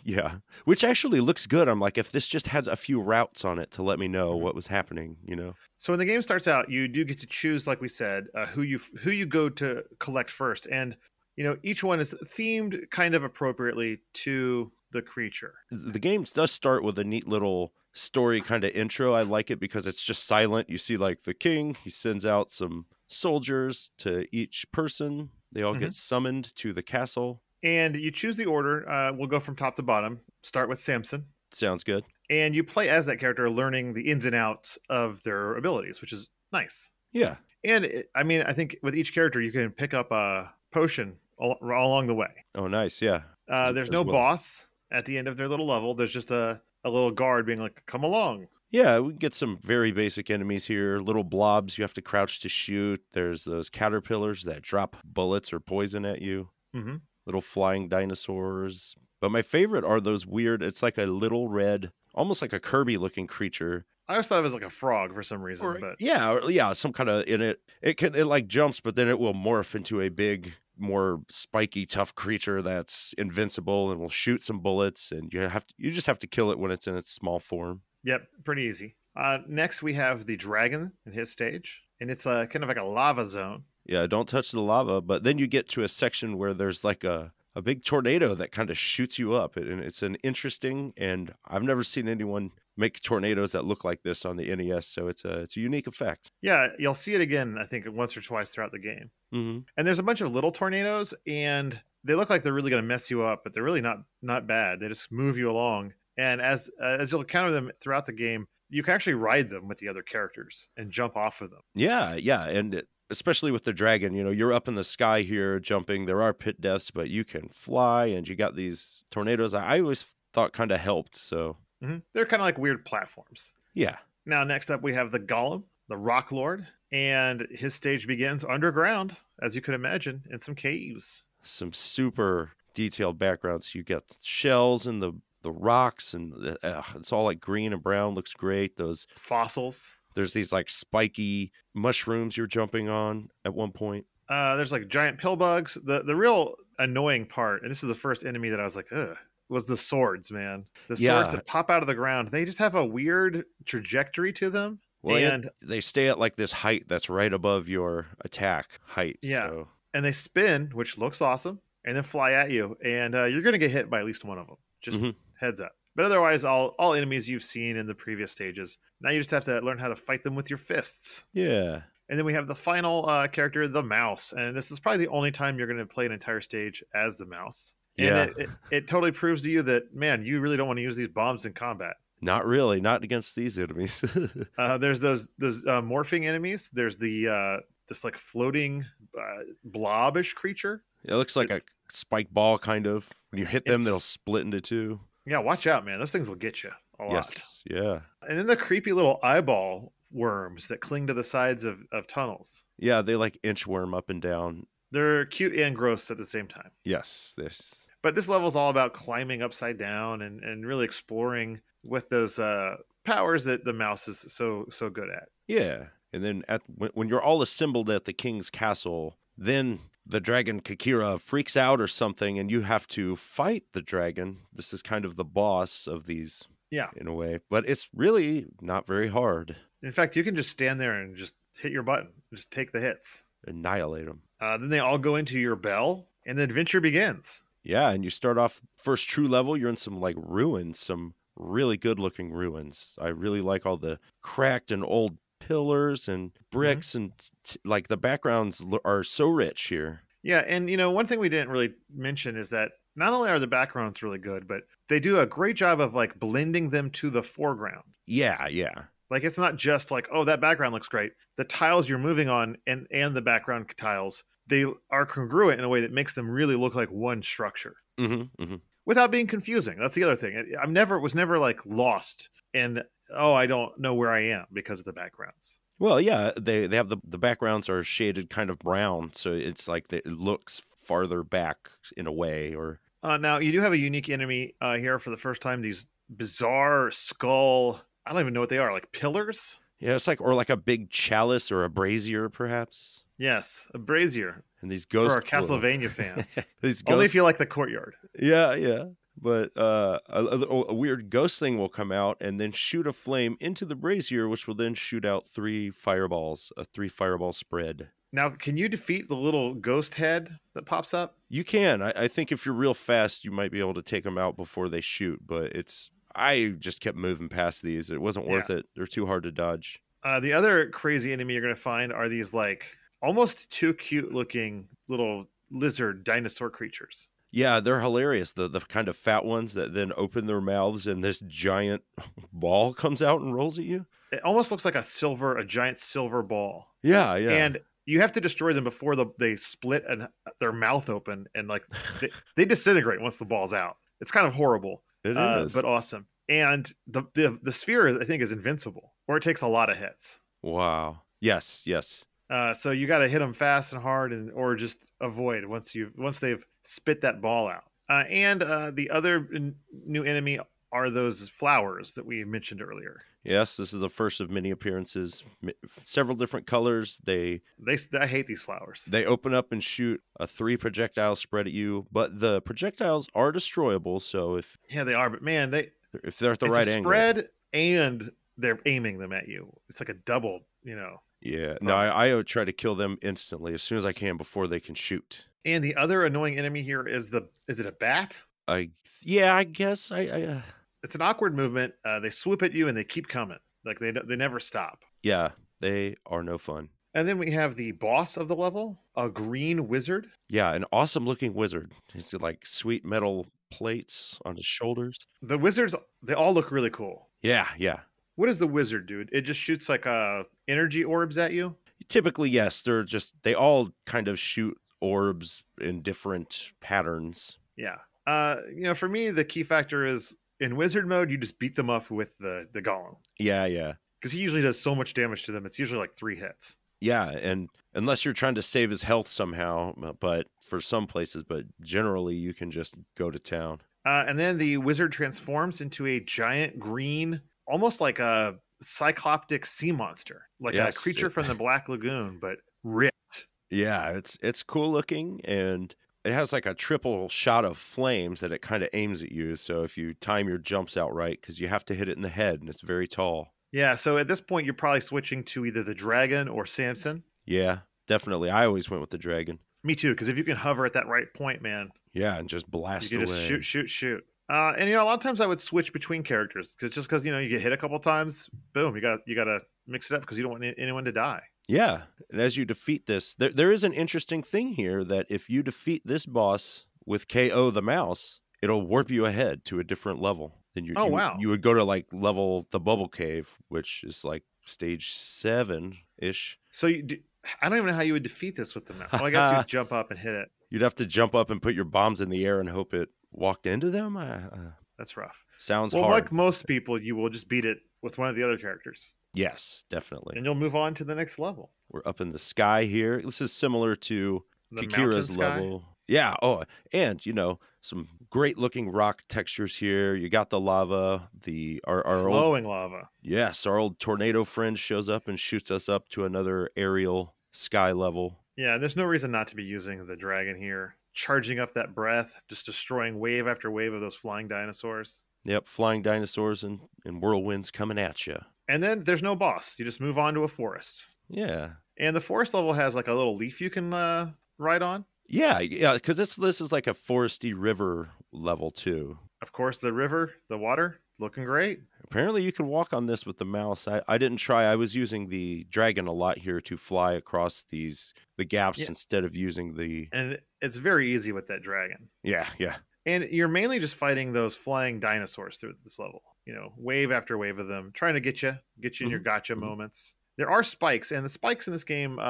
yeah. Which actually looks good. I'm like, if this just had a few routes on it to let me know
Mm-hmm.
what was happening, you know?
So when the game starts out, you do get to choose, like we said, uh, who you who you go to collect first, and you know each one is themed kind of appropriately to the creature.
The game does start with a neat little story kind of intro. I like it because it's just silent. You see like the king, he sends out some soldiers to each person. They all get summoned to the castle.
And you choose the order. Uh, we'll go from top to bottom. Start with Samson,
Sounds good.
and you play as that character, learning the ins and outs of their abilities, which is nice.
Yeah.
And it, I mean, I think with each character, you can pick up a potion al- along the way.
Oh, nice. Yeah.
Uh,
As-
there's
as
no
well.
boss at the end of their little level. There's just a, a little guard being like, "Come along."
Yeah, we can get some very basic enemies here. Little blobs you have to crouch to shoot. There's those caterpillars that drop bullets or poison at you.
Mhm.
Little flying dinosaurs. But my favorite are those weird, it's like a little red, almost like a Kirby looking creature.
I always thought it was like a frog for some reason,
Or,
but
yeah, or, yeah, some kind of in it. It can, it like jumps, but then it will morph into a big, more spiky, tough creature that's invincible and will shoot some bullets. And you have to, you just have to kill it when it's in its small form.
yep, pretty easy. Uh, next, we have the dragon in his stage, and it's a kind of like a lava zone.
Yeah, don't touch the lava. But then you get to a section where there's like a, a big tornado that kind of shoots you up. And it's an interesting, and I've never seen anyone make tornadoes that look like this on the NES. So it's a, it's a unique effect.
Yeah, you'll see it again, I think, once or twice throughout the game.
Mm-hmm.
And there's a bunch of little tornadoes, and they look like they're really going to mess you up, but they're really not not bad. They just move you along, and as uh, as you'll encounter them throughout the game, you can actually ride them with the other characters and jump off of them.
Yeah, yeah. And it- especially with the dragon, you know, you're up in the sky here jumping. There are pit deaths, but you can fly and you got these tornadoes. I I always thought kind of helped. So
Mhm. They're kind of like weird platforms.
yeah.
Now, next up, we have the Golem, the Rock Lord, and his stage begins underground, as you could imagine, in some caves.
some super detailed backgrounds. You got shells and the the rocks, and the, uh, it's all like green and brown. Looks great. Those
Fossils.
there's these like spiky mushrooms you're jumping on at one point.
Uh, there's like giant pill bugs. The the real annoying part, and this is the first enemy that I was like, ugh, was the swords, man. The swords
Yeah.
that pop out of the ground. They just have a weird trajectory to them.
Well, and,
and
they stay at like this height that's right above your attack height.
Yeah.
So.
and they spin, which looks awesome, and then fly at you, and uh, you're gonna get hit by at least one of them. Just
Mhm.
heads up. But otherwise, all all enemies you've seen in the previous stages. Now you just have to learn how to fight them with your fists.
Yeah.
And then we have the final uh, character, the mouse, and this is probably the only time you're going to play an entire stage as the mouse. And
Yeah.
it, it, it totally proves to you that man, you really don't want to use these bombs in combat.
Not really. Not against these enemies. [laughs]
Uh, there's those those uh, morphing enemies. There's the uh, this like floating uh, blobish creature.
it looks like
It's-
a spike ball, kind of. When you hit them,
It's-
they'll split into two.
Yeah, watch out, man. Those things will get you a lot.
Yes. Yeah.
And then the creepy little eyeball worms that cling to the sides of, of tunnels.
Yeah. They like inchworm up and down.
They're cute and gross at the same time.
Yes. This.
But this level is all about climbing upside down and, and really exploring with those uh, powers that the mouse is so so good at.
Yeah, and then at when, when you're all assembled at the king's castle, Then the dragon Kikira freaks out or something, and you have to fight the dragon. This is kind of the boss of these,
Yeah.
in a way, but it's really not very hard.
In fact, you can just stand there and just hit your button, just take the hits.
Annihilate them.
Uh, then they all go into your bell, and the adventure begins.
Yeah, and you start off first true level, you're in some like ruins, some really good looking ruins. I really like all the cracked and old pillars and
Mm-hmm.
bricks and t- like the backgrounds lo- are so rich here.
Yeah, and you know, one thing we didn't really mention is that not only are the backgrounds really good, but they do a great job of like blending them to the foreground.
Yeah, yeah.
Like it's not just like, oh, that background looks great. The tiles you're moving on and and the background tiles, they are congruent in a way that makes them really look like one structure
Mm-hmm, mm-hmm.
without being confusing. That's the other thing. I- I'm never was never like lost and oh, I don't know where I am because of the backgrounds.
Well, yeah, they they have the the backgrounds are shaded kind of brown, so it's like the, it looks farther back in a way or
Uh, now you do have a unique enemy uh, here for the first time. These bizarre skull. I don't even know what they are. Like pillars.
yeah, it's like or like a big chalice or a brazier perhaps.
Yes, a brazier
And these
for
ghosts
our Castlevania fans.
[laughs] these ghosts
Only if you like the courtyard.
Yeah, yeah. But uh, a, a, a weird ghost thing will come out and then shoot a flame into the brazier, which will then shoot out three fireballs, a three fireball spread.
Now, can you defeat the little ghost head that pops up?
You can. I, I think if you're real fast, you might be able to take them out before they shoot. But it's. I just kept moving past these. It wasn't worth it. They're too hard to dodge.
Uh, the other crazy enemy you're going to find are these like almost too cute looking little lizard dinosaur creatures.
Yeah, they're hilarious. The the kind of fat ones that then open their mouths and this giant [laughs] ball comes out and rolls at you.
It almost looks like a silver, a giant silver ball.
Yeah, yeah.
And you have to destroy them before the, they split and uh, their mouth open and
[laughs]
like they, they disintegrate once the ball's out. It's kind of horrible,
it is.
uh, but awesome. And the, the the sphere I think is invincible, or it takes a lot of hits.
wow. Yes, yes.
Uh, so you got to hit them fast and hard, and or just avoid once you have once they've spit that ball out. Uh, and uh, the other n- new enemy are those flowers that we mentioned earlier.
Yes, this is the first of many appearances. M- Several different colors. They
They s- I hate these flowers.
they open up and shoot a three projectile spread at you, but the projectiles are destroyable. So if
yeah, they are, but man, they
if they're at the
it's
right
a
angle,
spread and they're aiming them at you. It's like a double, you know.
yeah. No, I, I would try to kill them instantly as soon as I can before they can shoot.
And the other annoying enemy here is the is it a bat?
I yeah, I guess I, I uh,
It's an awkward movement. Uh, they swoop at you and they keep coming, like they don't- they never stop.
yeah. They are no fun.
And then we have the boss of the level, a green wizard.
Yeah, an awesome looking wizard. He's got, like sweet metal plates on his shoulders.
The wizards, they all look really cool.
Yeah, yeah.
What is the wizard, dude? It just shoots like uh energy orbs at you.
typically yes they're just they all kind of shoot orbs in different patterns
Yeah. Uh, you know, for me, the key factor is in wizard mode, you just beat them up with the the golem
yeah yeah
because he usually does so much damage to them. It's usually like three hits.
yeah and unless you're trying to save his health somehow uh, but for some places but generally you can just go to town
Uh, and then the wizard transforms into a giant green, almost like a cycloptic sea monster, like
Yes,
a creature
it-
from the Black Lagoon, but ripped.
yeah it's it's cool looking and it has like a triple shot of flames that it kind of aims at you so if you time your jumps out right because you have to hit it in the head and it's very tall
Yeah. So at this point, you're probably switching to either the dragon or Samson.
yeah definitely i always went with the dragon
Me too, because if you can hover at that right point, man,
yeah and just blast
you
away
can just shoot, shoot, shoot. Uh, and you know, a lot of times I would switch between characters 'cause- just because you know you get hit a couple times, boom, you got you got to mix it up because you don't want any- anyone to die.
Yeah. And as you defeat this, there, there is an interesting thing here that if you defeat this boss with KO the mouse, it'll warp you ahead to a different level. Then you,
Oh,
you-
wow.
you would go to like level the bubble cave, which is like stage seven ish.
So you, do, I don't even know how you would defeat this with the mouse. Well, I guess
[laughs]
you jump up and hit it.
You'd have to jump up and put your bombs in the air and hope it walked into them. Uh, uh,
That's rough.
sounds
Well,
hard.
like most people, you will just beat it with one of the other characters,
Yes, definitely.
and you'll move on to the next level.
We're up in the sky here. This is similar to
The mountain
Kikira's
sky.
level. Yeah. Oh, and you know some great looking rock textures here. You got the lava. The our, our old
flowing lava.
yes, our old tornado friend shows up and shoots us up to another aerial sky level.
Yeah, there's no reason not to be using the dragon here. Charging up that breath, just destroying wave after wave of those flying dinosaurs.
Yep, flying dinosaurs and, and whirlwinds coming at you.
And then there's no boss. You just move on to a forest.
Yeah.
And the forest level has like a little leaf you can uh, ride on.
Yeah, yeah, because this this is like a foresty river level too.
Of course, the river, the water, looking great.
Apparently, you can walk on this with the mouse. I, I didn't try. I was using the dragon a lot here to fly across these the gaps
Yeah.
instead of using the.
And it's very easy with that dragon.
Yeah, yeah,
And you're mainly just fighting those flying dinosaurs through this level. You know, wave after wave of them, trying to get you, get you in your gotcha
mhm.
moments. There are spikes, and the spikes in this game uh,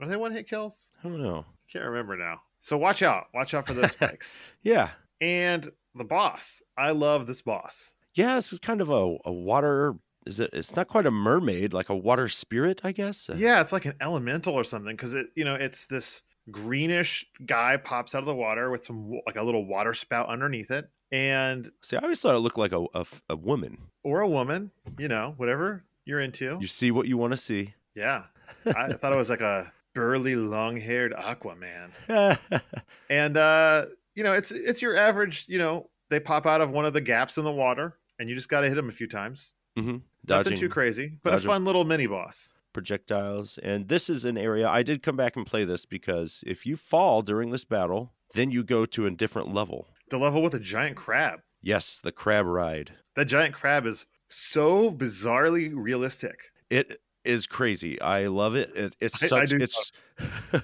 are they one hit kills?
I don't know.
Can't remember now. So watch out, watch out for those spikes.
Yeah,
And the boss, I love this boss.
yeah. This is kind of a, a water. Is it? It's not quite a mermaid, like a water spirit, I guess.
Yeah, it's like an elemental or something because it, you know, it's this greenish guy pops out of the water with some wa- like a little water spout underneath it, and
See, I always thought it looked like a, a, a woman.
or a woman, you know, whatever you're into.
You see what you want to see. [laughs]
Yeah. I thought it was like a burly, long haired Aquaman.
yeah,
And uh, you know, it's it's your average, you know, they pop out of one of the gaps in the water and you just gotta hit them a few times.
dodging
Nothing too crazy, but
dodging.
a fun little mini boss.
projectiles. And this is an area I did come back and play this because if you fall during this battle, then you go to a different level.
The level with a giant crab.
Yes, the crab ride.
That giant crab is so bizarrely realistic.
It is crazy. I love it. it it's
I-
such.
I do
it's [laughs]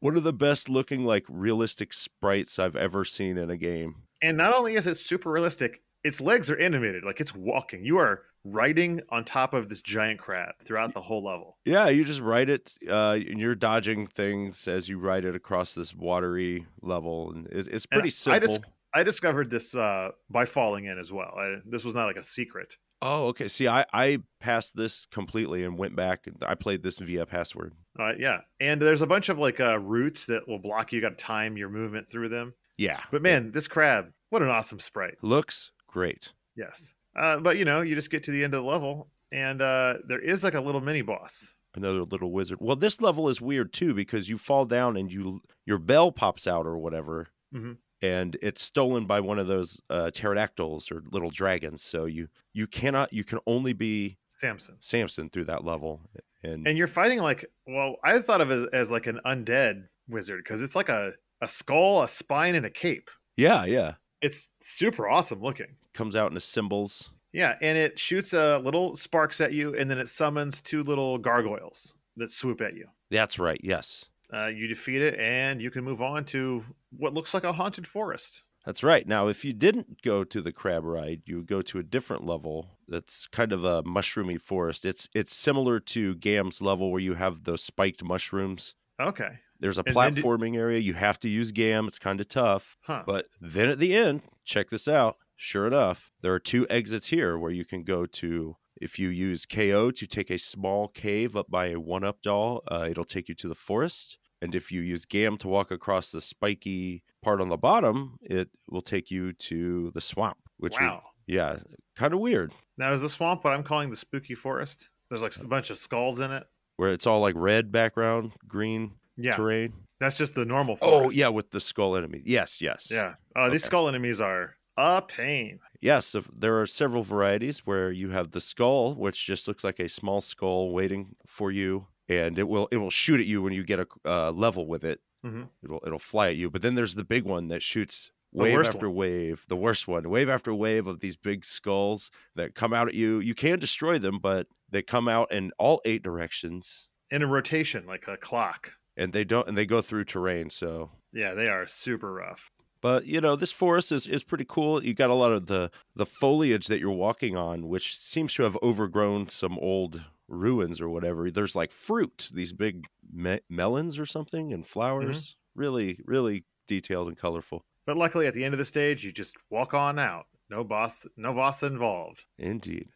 one of the best looking like realistic sprites I've ever seen in a game.
And not only is it super realistic, its legs are animated, like it's walking. You are riding on top of this giant crab throughout the whole level.
Yeah, you just ride it. Uh, and you're dodging things as you ride it across this watery level, and it's, it's
And
pretty
I
simple.
just- I discovered this uh, by falling in as well. I, this was not like a secret.
Oh, okay. See, I I passed this completely and went back. I played this via password.
Uh, yeah, and there's a bunch of like uh, roots that will block you. You got to time your movement through them.
Yeah,
But man, this crab, what an awesome sprite!
looks great.
Yes, uh, but you know, you just get to the end of the level, and uh, there is like a little mini boss.
Another little wizard. Well, this level is weird too because you fall down and you your bell pops out or whatever,
Mhm.
and it's stolen by one of those uh, pterodactyls or little dragons. So you you cannot you can only be
Samson.
Samson through that level. And,
And you're fighting like, well, I thought of it as, as like an undead wizard because it's like a, a skull, a spine, and a cape.
yeah, yeah,
It's super awesome looking.
comes out in his symbols.
Yeah, and it shoots uh, little sparks at you, and then it summons two little gargoyles that swoop at you.
That's right. Yes,
Uh, you defeat it, and you can move on to what looks like a haunted forest.
That's right. Now, if you didn't go to the crab ride, you would go to a different level. That's kind of a mushroomy forest. It's it's similar to Gam's level where you have those spiked mushrooms.
Okay,
There's a
And then do-
platforming area. You have to use Gam. It's kind of tough.
huh?
But then at the end, check this out. Sure enough, there are two exits here where you can go to. If you use KO to take a small cave up by a one up doll, uh, it'll take you to the forest. And if you use GAM to walk across the spiky part on the bottom, it will take you to the swamp, which, we-
wow.
yeah, kind of weird,
Now is the swamp what I'm calling the spooky forest? There's like a bunch of skulls in it.
where it's all like red background, green
Yeah,
terrain.
that's just the normal. Forest.
Oh, yeah, with the skull enemy. Yes, yes.
yeah. Oh, these
Okay.
skull enemies are a pain.
Yes, if- there are several varieties where you have the skull, which just looks like a small skull waiting for you, and it will it will shoot at you when you get a uh, level with it.
Mhm.
It'll it'll fly at you. But then there's the big one that shoots
The
wave
worst
after wave, the worst one, wave after wave of these big skulls that come out at you. You can destroy them, but they come out in all eight directions,
In a rotation, like a clock.
and they don't and they go through terrain. So
Yeah, they are super rough.
But you know, this forest is, is pretty cool. You got a lot of the the foliage that you're walking on, which seems to have overgrown some old ruins or whatever. There's like fruit, these big me- melons or something, and flowers. Really, really detailed and colorful.
But luckily, at the end of the stage, you just walk on out. No boss, no boss involved.
Indeed.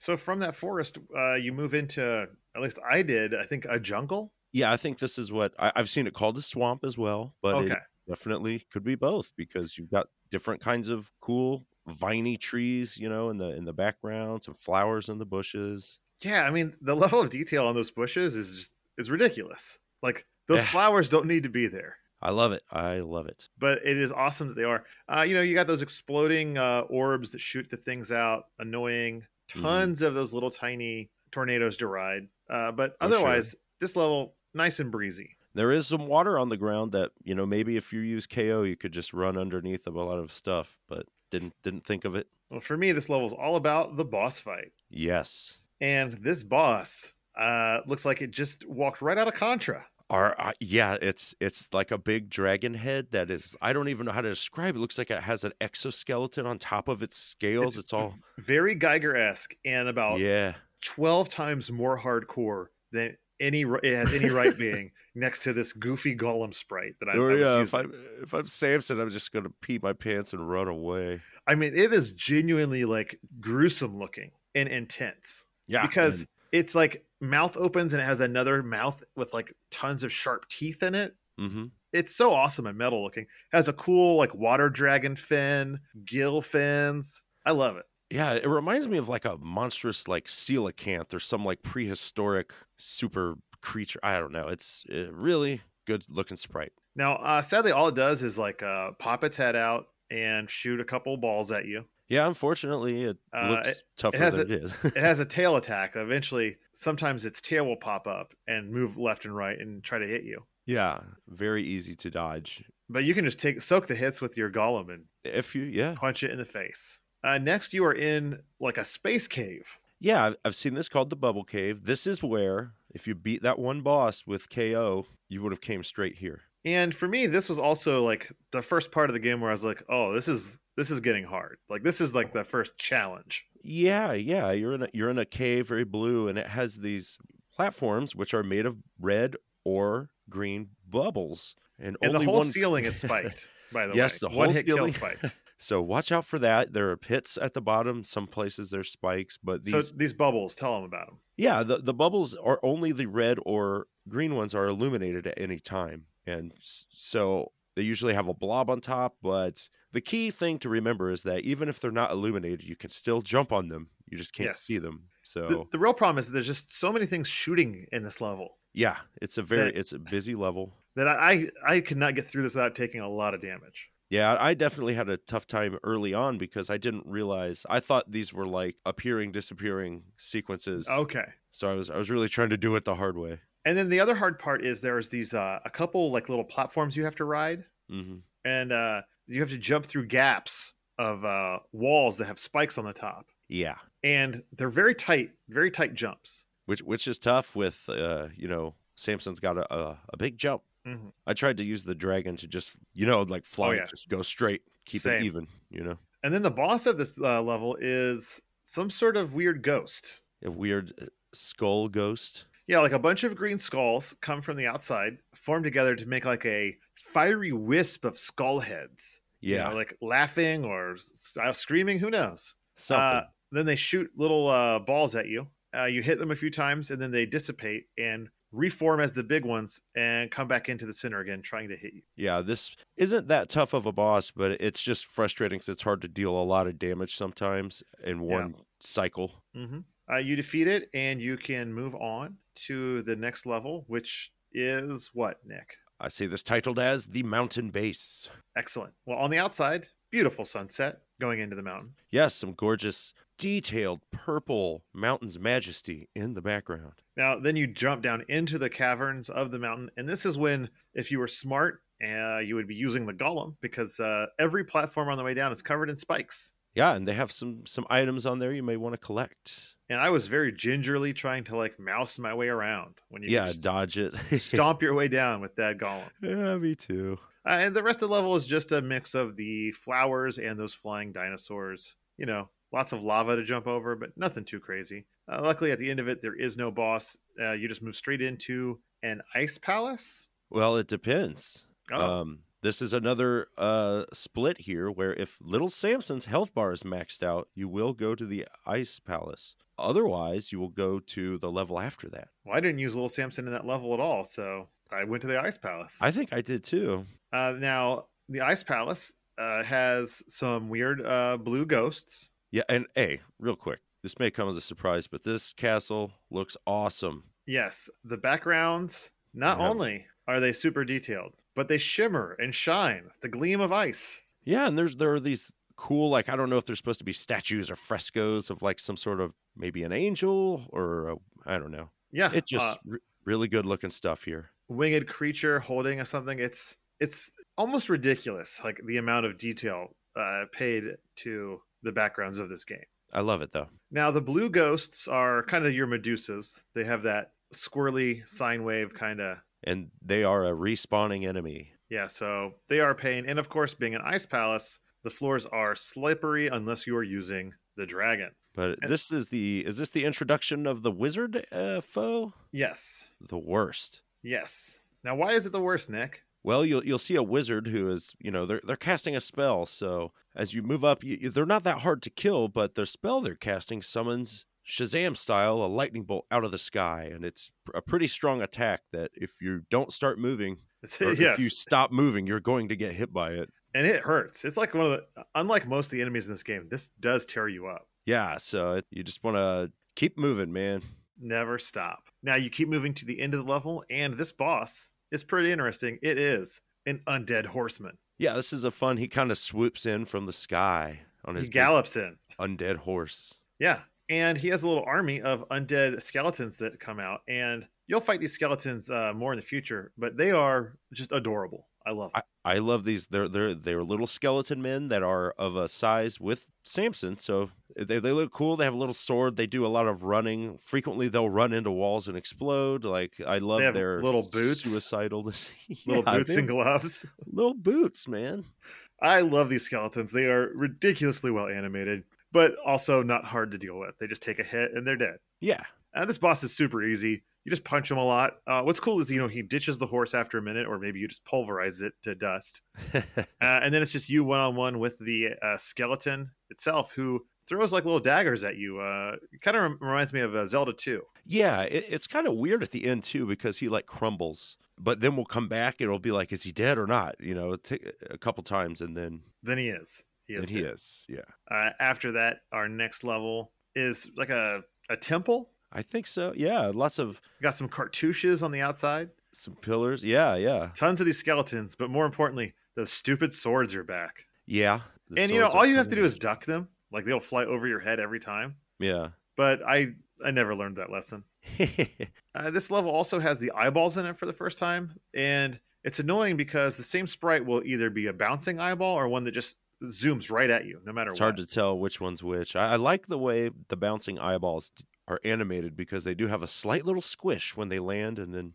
So from that forest, uh, you move into at least I did. I think a jungle.
Yeah, I think this is what I, I've seen it called a swamp as well, but
okay,
it definitely could be both because you've got different kinds of cool viney trees, you know, in the in the background, some flowers in the bushes.
yeah. I mean, the level of detail on those bushes is just is ridiculous. Like those
Yeah.
flowers don't need to be there,
I love it. I love it.
but it is awesome that they are. Uh, you know, you got those exploding uh, orbs that shoot the things out, annoying.
Mhm.
Tons of those little tiny tornadoes to ride. Uh, but
For sure.
otherwise, this level nice and breezy.
There is some water on the ground that, you know, maybe if you use KO you could just run underneath of a lot of stuff, but didn't didn't think of it.
Well, for me, this level is all about the boss fight,
Yes.
and this boss uh, looks like it just walked right out of Contra.
Are uh, yeah, it's it's like a big dragon head that is I don't even know how to describe. It looks like it has an exoskeleton on top of its scales. It's,
[laughs]
all
very Geiger esque and about
yeah.
12 times more hardcore than any it has any
[laughs]
right being next to this goofy golem sprite that I, I
Or,
was
Oh, yeah, if
using.
I'm if I'm Samson, I'm just gonna pee my pants and run away.
I mean, it is genuinely like gruesome looking and intense
Yeah,
because it's like mouth opens and it has another mouth with like tons of sharp teeth in it.
mm-hmm.
It's so awesome and metal looking. Has a cool like water dragon fin, gill fins. I love it.
Yeah, it reminds me of like a monstrous like coelacanth or some like prehistoric super creature. I don't know. It's uh really good looking sprite.
Now, uh, sadly, all it does is like uh, pop its head out and shoot a couple balls at you.
Yeah, unfortunately, it
Uh,
looks tougher
has
than it is. [laughs]
It has a tail attack. Eventually, sometimes its tail will pop up and move left and right and try to hit you.
yeah, very easy to dodge
But you can just take soak the hits with your golem and
if you. Yeah,
punch it in the face. Uh, next, you are in like a space cave.
yeah. I've- I've seen this called the Bubble Cave. This is where if you beat that one boss with KO, you would have came straight here.
And for me, this was also like the first part of the game where I was like, "Oh, this is this is getting hard. Like this is like the first challenge."
Yeah, yeah. You're in a you're in a cave, very blue, and it has these platforms which are made of red or green bubbles. And,
And
only
the whole
one...
ceiling
[laughs]
is spiked. By the
Yes,
way,
the
one
whole
hit kill
ceiling-
spiked.
[laughs] so watch out for that. There are pits at the bottom. Some places there's spikes, but these
So these bubbles, tell them about them.
yeah, the, the bubbles are only the red or green ones are illuminated at any time. And s- so they usually have a blob on top, but the key thing to remember is that even if they're not illuminated, you can still jump on them. You just can't
Yes.
see them. So
The, the real problem is that there's just so many things shooting in this level.
Yeah, it's a very
that-
it's a busy level.
that I I I could not get through this without taking a lot of damage.
Yeah, I definitely had a tough time early on because I didn't realize I thought these were like appearing disappearing sequences.
Okay.
So I was I was really trying to do it the hard way.
And then the other hard part is there's these uh, a couple like little platforms you have to ride,
hmm
and uh, you have to jump through gaps of uh, walls that have spikes on the top,
Yeah,
and they're very tight, very tight jumps.
which which is tough with uh you know Samson's got a a, a big jump.
Mhm.
I tried to use the dragon to just you know like fly
Oh, yeah.
just go straight, keep
Same.
it even. You know,
And then the boss of this uh, level is some sort of weird ghost.
a weird uh, skull ghost.
Yeah, like a bunch of green skulls come from the outside, form together to make like a fiery wisp of skull heads. you
Yeah,
know, like laughing or s- uh, screaming who knows
something.
Uh, then they shoot little uh, balls at you uh, you hit them a few times and then they dissipate and reform as the big ones and come back into the center again trying to hit you
Yeah, this isn't that tough of a boss, but it's just frustrating because it's hard to deal a lot of damage sometimes in one cycle.
hmm uh, you defeat it and you can move on to the next level which is what nick
I see this titled as the Mountain Base.
excellent well on the outside beautiful sunset going into the mountain
Yes, some gorgeous, detailed purple mountain's majesty in the background.
Now, then you jump down into the caverns of the mountain, and this is when, if you were smart, uh, you would be using the golem because uh, every platform on the way down is covered in spikes.
Yeah, and they have some some items on there you may want to collect.
And I was very gingerly trying to like mouse my way around when you
yeah,
just
dodge it.
[laughs] stomp your way down with that golem.
[laughs] yeah, me too.
Uh, and the rest of the level is just a mix of the flowers and those flying dinosaurs. You know, lots of lava to jump over, but nothing too crazy. Uh, luckily, at the end of it, there is no boss. Uh, you just move straight into an ice palace.
Well, it depends.
Oh.
Um, this is another uh, split here where if Little Samson's health bar is maxed out, you will go to the Ice Palace. Otherwise, you will go to the level after that.
Well, I didn't use Little Samson in that level at all, so I went to the Ice Palace.
I think I did too.
uh, now, the Ice Palace uh, has some weird uh, blue ghosts.
Yeah, and hey, real quick, this may come as a surprise, but this castle looks awesome.
Yes, the backgrounds Not
Yeah.
only are they super detailed, but they shimmer and shine with the gleam of ice.
Yeah, and there's there are these cool like I don't know if they're supposed to be statues or frescoes of like some sort of maybe an angel or I I don't know.
Yeah,
It just
[laughs] uh,
re- really good looking stuff here.
winged creature holding something. It's it's almost ridiculous, like the amount of detail uh, paid to the backgrounds of this game.
I love it though.
Now the blue ghosts are kind of your Medusas. They have that squirrely sine wave kind of
And they are a respawning enemy.
yeah. So they are pain, and of course, being an ice palace, the floors are slippery unless you are using the dragon.
But
And-
this is the is this the introduction of the wizard uh, foe?
Yes,
The worst.
yes. Now why is it the worst, Nick? [laughs]
Well, you'll you'll see a wizard who is you know they're they're casting a spell. So as you move up, you, you- they're not that hard to kill, but the spell they're casting summons Shazam style a lightning bolt out of the sky, and it's pr- a pretty strong attack. That if you don't start
[laughs]
moving,
It's,
or
yes,
if you stop moving, you're going to get hit by it.
and it hurts. It's like one of the unlike most of the enemies in this game. This does tear you up.
Yeah, so it, you just want to keep moving, man.
Never stop. Now you keep moving to the end of the level, and this boss is pretty interesting. It is an undead horseman.
Yeah, this is a fun. He kind of swoops in from the sky on his
he
big
gallops in.
undead horse.
Yeah. And he has a little army of undead skeletons that come out, and you'll fight these skeletons uh, more in the future, but they are just adorable. I love
I,
them.
I love these. They're they're they're little skeleton men that are of a size with Samson, so they they look cool. They have a little sword. They do a lot of running. Frequently, they'll run into walls and explode. Like I love
have
their
little boots.
suicidal
Little
[laughs] Yeah,
boots
they-
and gloves.
little boots, man.
I love these skeletons. They are ridiculously well animated, but also not hard to deal with. They just take a hit and they're dead.
Yeah, [laughs]
Uh, this boss is super easy. You just punch him a lot. Uh, what's cool is you know he ditches the horse after a minute, or maybe you just pulverize it to dust, uh, and then it's just you one on one with the uh, skeleton itself, who throws like little daggers at you. Uh, it kind of rem- reminds me of uh, Zelda Two.
yeah. It, it's kind of weird at the end too because he like crumbles, but then we'll come back. It'll be like, is he dead or not? You know, it ta- a couple times, and then
Then he is. He
and
is.
he
dead.
is. Yeah,
Uh, after that, our next level is like a a temple.
I think so. Yeah, lots of
Got some cartouches on the outside.
some pillars. Yeah, yeah.
Tons of these skeletons, but more importantly, those stupid swords are back.
Yeah. the
and you know,
swords are
all you have to
coming
do
in.
is duck them. Like they'll fly over your head every time.
yeah. [laughs]
But I I never learned that lesson. Uh, this level also has the eyeballs in it for the first time, and it's annoying because the same sprite will either be a bouncing eyeball or one that just zooms right at you, no matter
it's
what.
hard to tell which one's which. I, I like the way the bouncing eyeballs d- are animated because they do have a slight little squish when they land, and then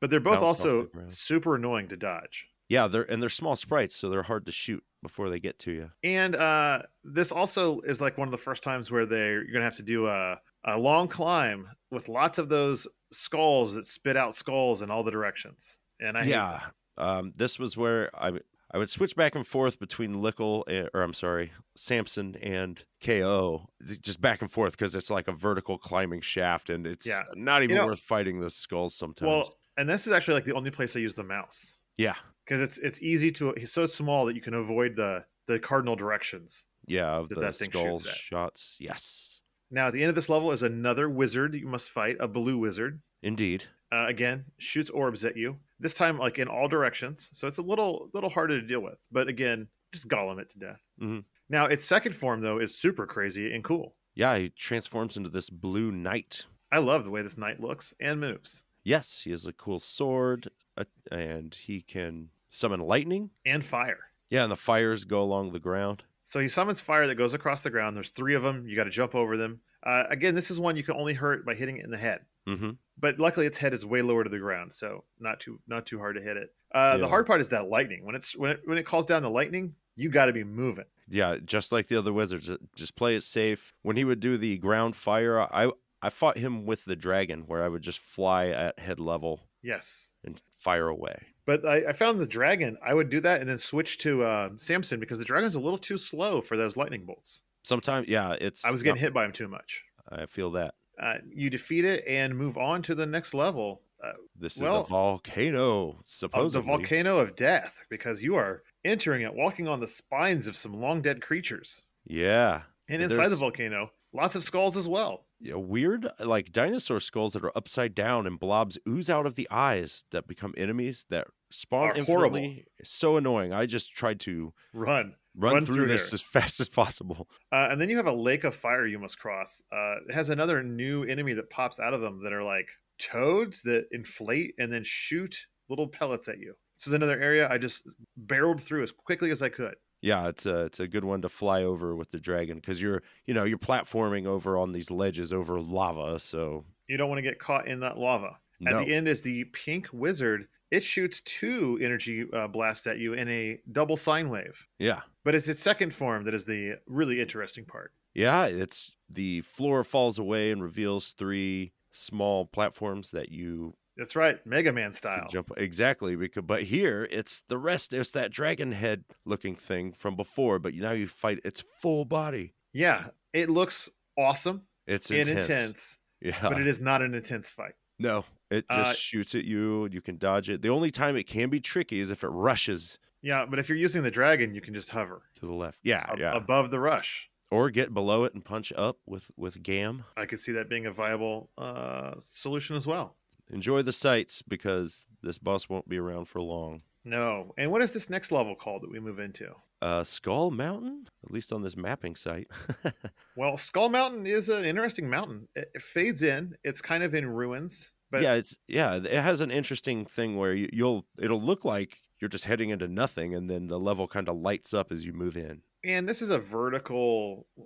but they're both
bounce off
also
the ground.
super annoying to dodge.
yeah, they're and they're small sprites, so they're hard to shoot before they get to you.
And uh, this also is like one of the first times where they you're gonna have to do a a long climb with lots of those skulls that spit out skulls in all the directions. And I hate
yeah, um, this was where I. w- I would switch back and forth between Lickle, and, or I'm sorry, Samson and KO, j- just back and forth because it's like a vertical climbing shaft, and it's
Yeah.
not even
know-
worth fighting those skulls sometimes.
Well, and this is actually like the only place I use the mouse
yeah,
because it's it's easy to. He's so small that you can avoid the the cardinal directions.
Yeah, of
that
the
that thing shoots
skull
at.
shots. Yes,
Now at the end of this level is another wizard you must fight, a blue wizard.
indeed.
Uh, again, shoots orbs at you. This time, like in all directions, so it's a little little harder to deal with. But again, just golem it to death.
Mhm.
Now its second form though is super crazy and cool.
Yeah, he transforms into this blue knight.
I love the way this knight looks and moves
Yes, he has a cool sword, uh, and he can summon lightning.
and fire.
Yeah, and the fires go along the ground.
So he summons fire that goes across the ground. There's three of them. You got to jump over them. Uh, again, this is one you can only hurt by hitting it in the head.
Mm-hmm.
But luckily, its head is way lower to the ground, so not too not too hard to hit it. Uh, The
Yeah.
hard part is that lightning. When it's when it, when it calls down the lightning, you got to be moving.
Yeah, just like the other wizards, uh, just play it safe. When he would do the ground fire, I I fought him with the dragon, where I would just fly at head level
Yes.
and fire away.
But I, I found the dragon. I would do that and then switch to uh, Samson because the dragon's a little too slow for those lightning bolts.
Sometimes, yeah, it's.
I was getting hit by him too much.
I feel that
Uh, you defeat it and move on to the next level. Uh,
this
Well-
is a volcano.
of
Supposedly,
the volcano of death because you are entering it walking on the spines of some long dead creatures
Yeah,
and
Yeah,
inside the
there's-
volcano lots of skulls as well
Yeah, weird, uh, like dinosaur skulls that are upside down and blobs ooze out of the eyes that become enemies that spawn
Are horrible.
infinitely. So annoying. I just tried to
Run.
run,
Run
through,
through
this
there.
as [laughs] fast as possible.
Uh, and then you have a lake of fire you must cross. Uh, it has another new enemy that pops out of them that are like toads that inflate and then shoot little pellets at you. This is another area I just barreled through as quickly as I could.
Yeah, it's a it's a good one to fly over with the dragon because you're you know you're platforming over on these ledges over lava. So
You don't want to get caught in that lava.
no.
At the e-, end is the pink wizard. It shoots two energy uh, blasts at you in a double sine wave.
yeah,
But it's its second form that is the really interesting part.
Yeah, it's the floor falls away and reveals three small platforms that you
That's right, Mega Man
can
style.
jump exactly because but here it's the rest it's that dragon head looking thing from before but now you fight its full body
Yeah, it looks awesome
it's
and
intense,
intense,
yeah
but it is not an intense fight.
no it just
Uh,
shoots at you you can dodge it the only time it can be tricky is if it rushes
Yeah, but if you're using the dragon, you can just hover
to the left yeah
ab-
Ah, yeah
above the rush.
or get below it and punch up with with gam
I could see that being a viable uh, solution as well.
enjoy the sights because this boss won't be around for long
No. And what is this next level called that we move into?
uh, Skull Mountain, at least on this mapping site. [laughs]
Well, Skull Mountain is an interesting mountain. It, it fades in. It's kind of in ruins, but
yeah, it's yeah, it has an interesting thing where you, you'll it'll look like you're just heading into nothing, and then the level kind of lights up as you move in.
and this is a vertical,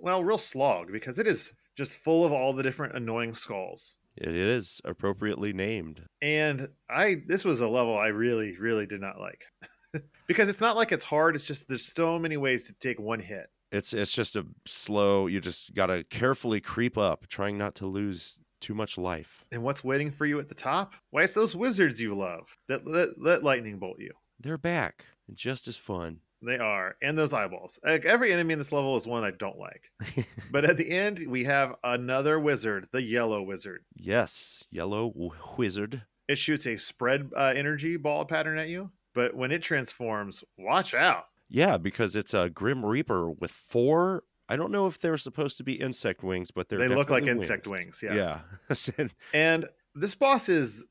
well, real slog because it is just full of all the different annoying skulls.
It is appropriately named.
And I this was a level I really really did not like. [laughs] because it's not like it's hard, it's just there's so many ways to take one hit.
It's it's just a slow. You just gotta carefully creep up, trying not to lose too much life.
And what's waiting for you at the top? Why, it's those wizards you love that let, let lightning bolt you.
They're back, just as fun.
They are, and those eyeballs. Like every enemy in this level is one I don't like.
[laughs]
but at the end, we have another wizard, the yellow wizard.
Yes, yellow w- wizard.
It shoots a spread uh, energy ball pattern at you, but when it transforms, watch out.
Yeah, because it's a grim reaper with four. I don't know if they're supposed to be insect wings, but they're
they look like
definitely
insect wings. Yeah.
Yeah. [laughs] yeah.
And this boss is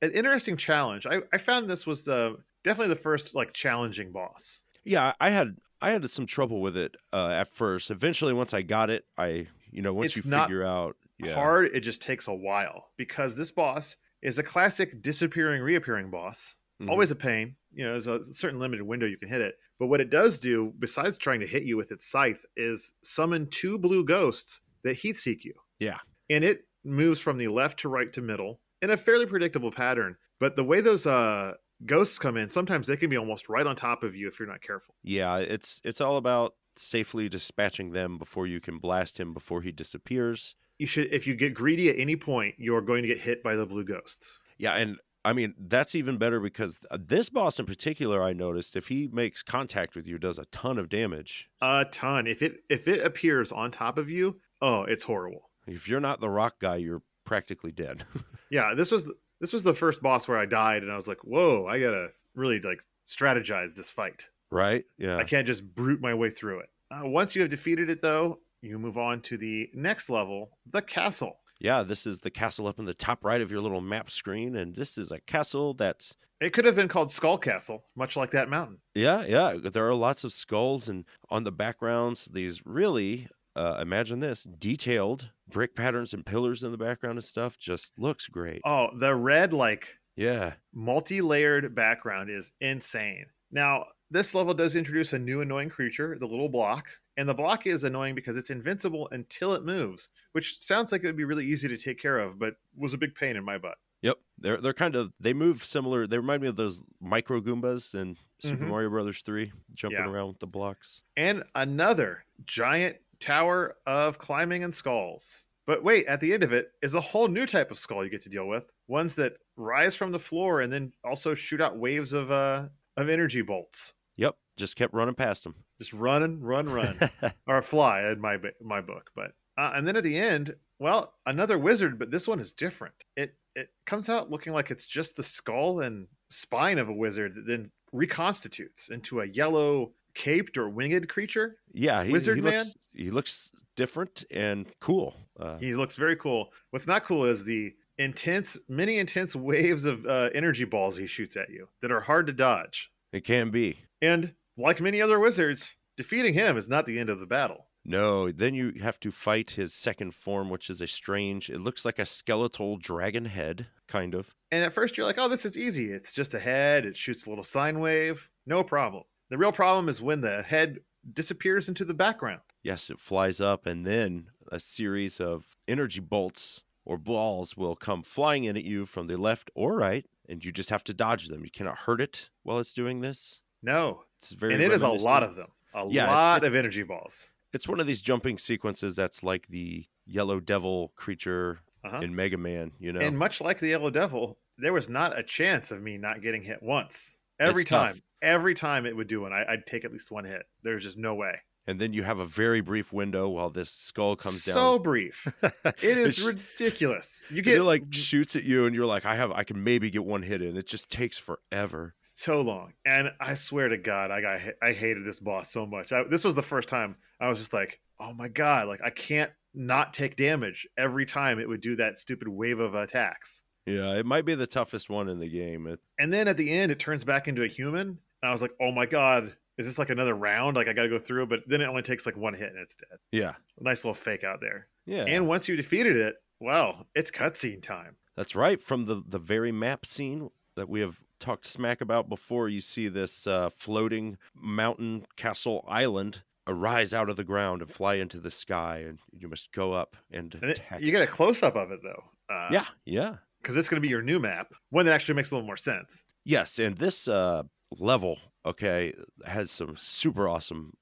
an interesting challenge. I, I found this was uh, definitely the first like challenging boss.
I had I had some trouble with it uh, at first. Eventually, once I got it, I you know once
It's
you
not
figure out yeah,
hard it just takes a while because this boss is a classic disappearing reappearing boss
Mhm.
always a pain you know there's a certain limited window you can hit it but what it does do besides trying to hit you with its scythe is summon two blue ghosts that heat seek you
Yeah.
and it moves from the left to right to middle in a fairly predictable pattern but the way those uh ghosts come in sometimes they can be almost right on top of you if you're not careful
yeah. It's it's all about safely dispatching them before you can blast him before he disappears.
you should if you get greedy at any point you're going to get hit by the blue ghosts
Yeah, and I mean that's even better because uh, this boss in particular, I noticed if he makes contact with you, does a ton of damage.
A ton. If it if it appears on top of you, oh, it's horrible.
If you're not the rock guy, you're practically dead. [laughs]
Yeah, this was this was the first boss where I died, and I was like, whoa, I gotta really like strategize this fight.
right? Yeah.
I can't just brute my way through it. Uh, once you have defeated it, though, you move on to the next level, the castle.
Yeah, this is the castle up in the top right of your little map screen, and this is a castle that's
It could have been called Skull Castle, much like that mountain.
yeah, yeah. There are lots of skulls, and on the backgrounds, these really uh, imagine this detailed brick patterns and pillars in the background and stuff. Just looks great.
Oh, the red like
Yeah,
multi-layered background is insane. Now, this level does introduce a new annoying creature, the little block, and the block is annoying because it's invincible until it moves, which sounds like it would be really easy to take care of, but was a big pain in my butt.
yep. They're they're kind of they move similar. They remind me of those micro Goombas in Super
Mhm.
Mario Brothers Three, jumping
Yeah.
around with the blocks.
And another giant tower of climbing and skulls. But wait, at the end of it is a whole new type of skull you get to deal with, ones that rise from the floor and then also shoot out waves of uh of energy bolts.
Yep, just kept running past them.
Just run and run, run. or a fly in my my book, but uh, and then at the end, well, another wizard, but this one is different. It it comes out looking like it's just the skull and spine of a wizard that then reconstitutes into a yellow caped or winged creature.
Yeah, he,
Wizard
he
man?
Looks, he looks different and cool. Uh,
He looks very cool. What's not cool is the intense, many intense waves of uh, energy balls he shoots at you that are hard to dodge.
it can be.
And like many other wizards, defeating him is not the end of the battle.
No, then you have to fight his second form, which is a strange. It looks like a skeletal dragon head, kind of.
And at first, you're like, oh, this is easy. It's just a head, it shoots a little sine wave. No problem. The real problem is when the head disappears into the background.
Yes, it flies up, and then a series of energy bolts or balls will come flying in at you from the left or right, and you just have to dodge them. You cannot hurt it while it's doing this.
No.
It's very
and it is a lot
reminiscent-
of them. A
Yeah, it's-
lot of
it's-
energy balls.
It's one of these jumping sequences that's like the yellow devil creature
Uh-huh.
in Mega Man. You know,
And much like the Yellow Devil, there was not a chance of me not getting hit once. Every
It's
time,
tough.
every time it would do one, I, I'd take at least one hit. There's just no way.
and then you have a very brief window while this skull comes
so
[laughs]
brief.
down.
It is
It's-
ridiculous. You
it
get
like shoots at you, and you're like, I have, I can maybe get one hit in. It just takes forever.
so long, and I swear to God, I got hit- I hated this boss so much. I, this was the first time I was just like, oh my God, like I can't not take damage every time it would do that stupid wave of attacks.
Yeah, it might be the toughest one in the game. It,
And then at the end, it turns back into a human. And I was like, oh my God, is this like another round? Like, I got to go through. But then it only takes like one hit and it's dead.
yeah,
Nice little fake out there.
yeah.
And once you defeated it, well, it's cutscene time.
That's right. From the, the very map scene that we have talked smack about before, you see this uh, floating mountain castle island arise out of the ground and fly into the sky, and you must go up and
And it-
attack.
you get a close up of it, though. Uh,
yeah, yeah.
Because it's going to be your new map, one that actually makes a little more sense.
Yes, and this uh, level, okay, has some super awesome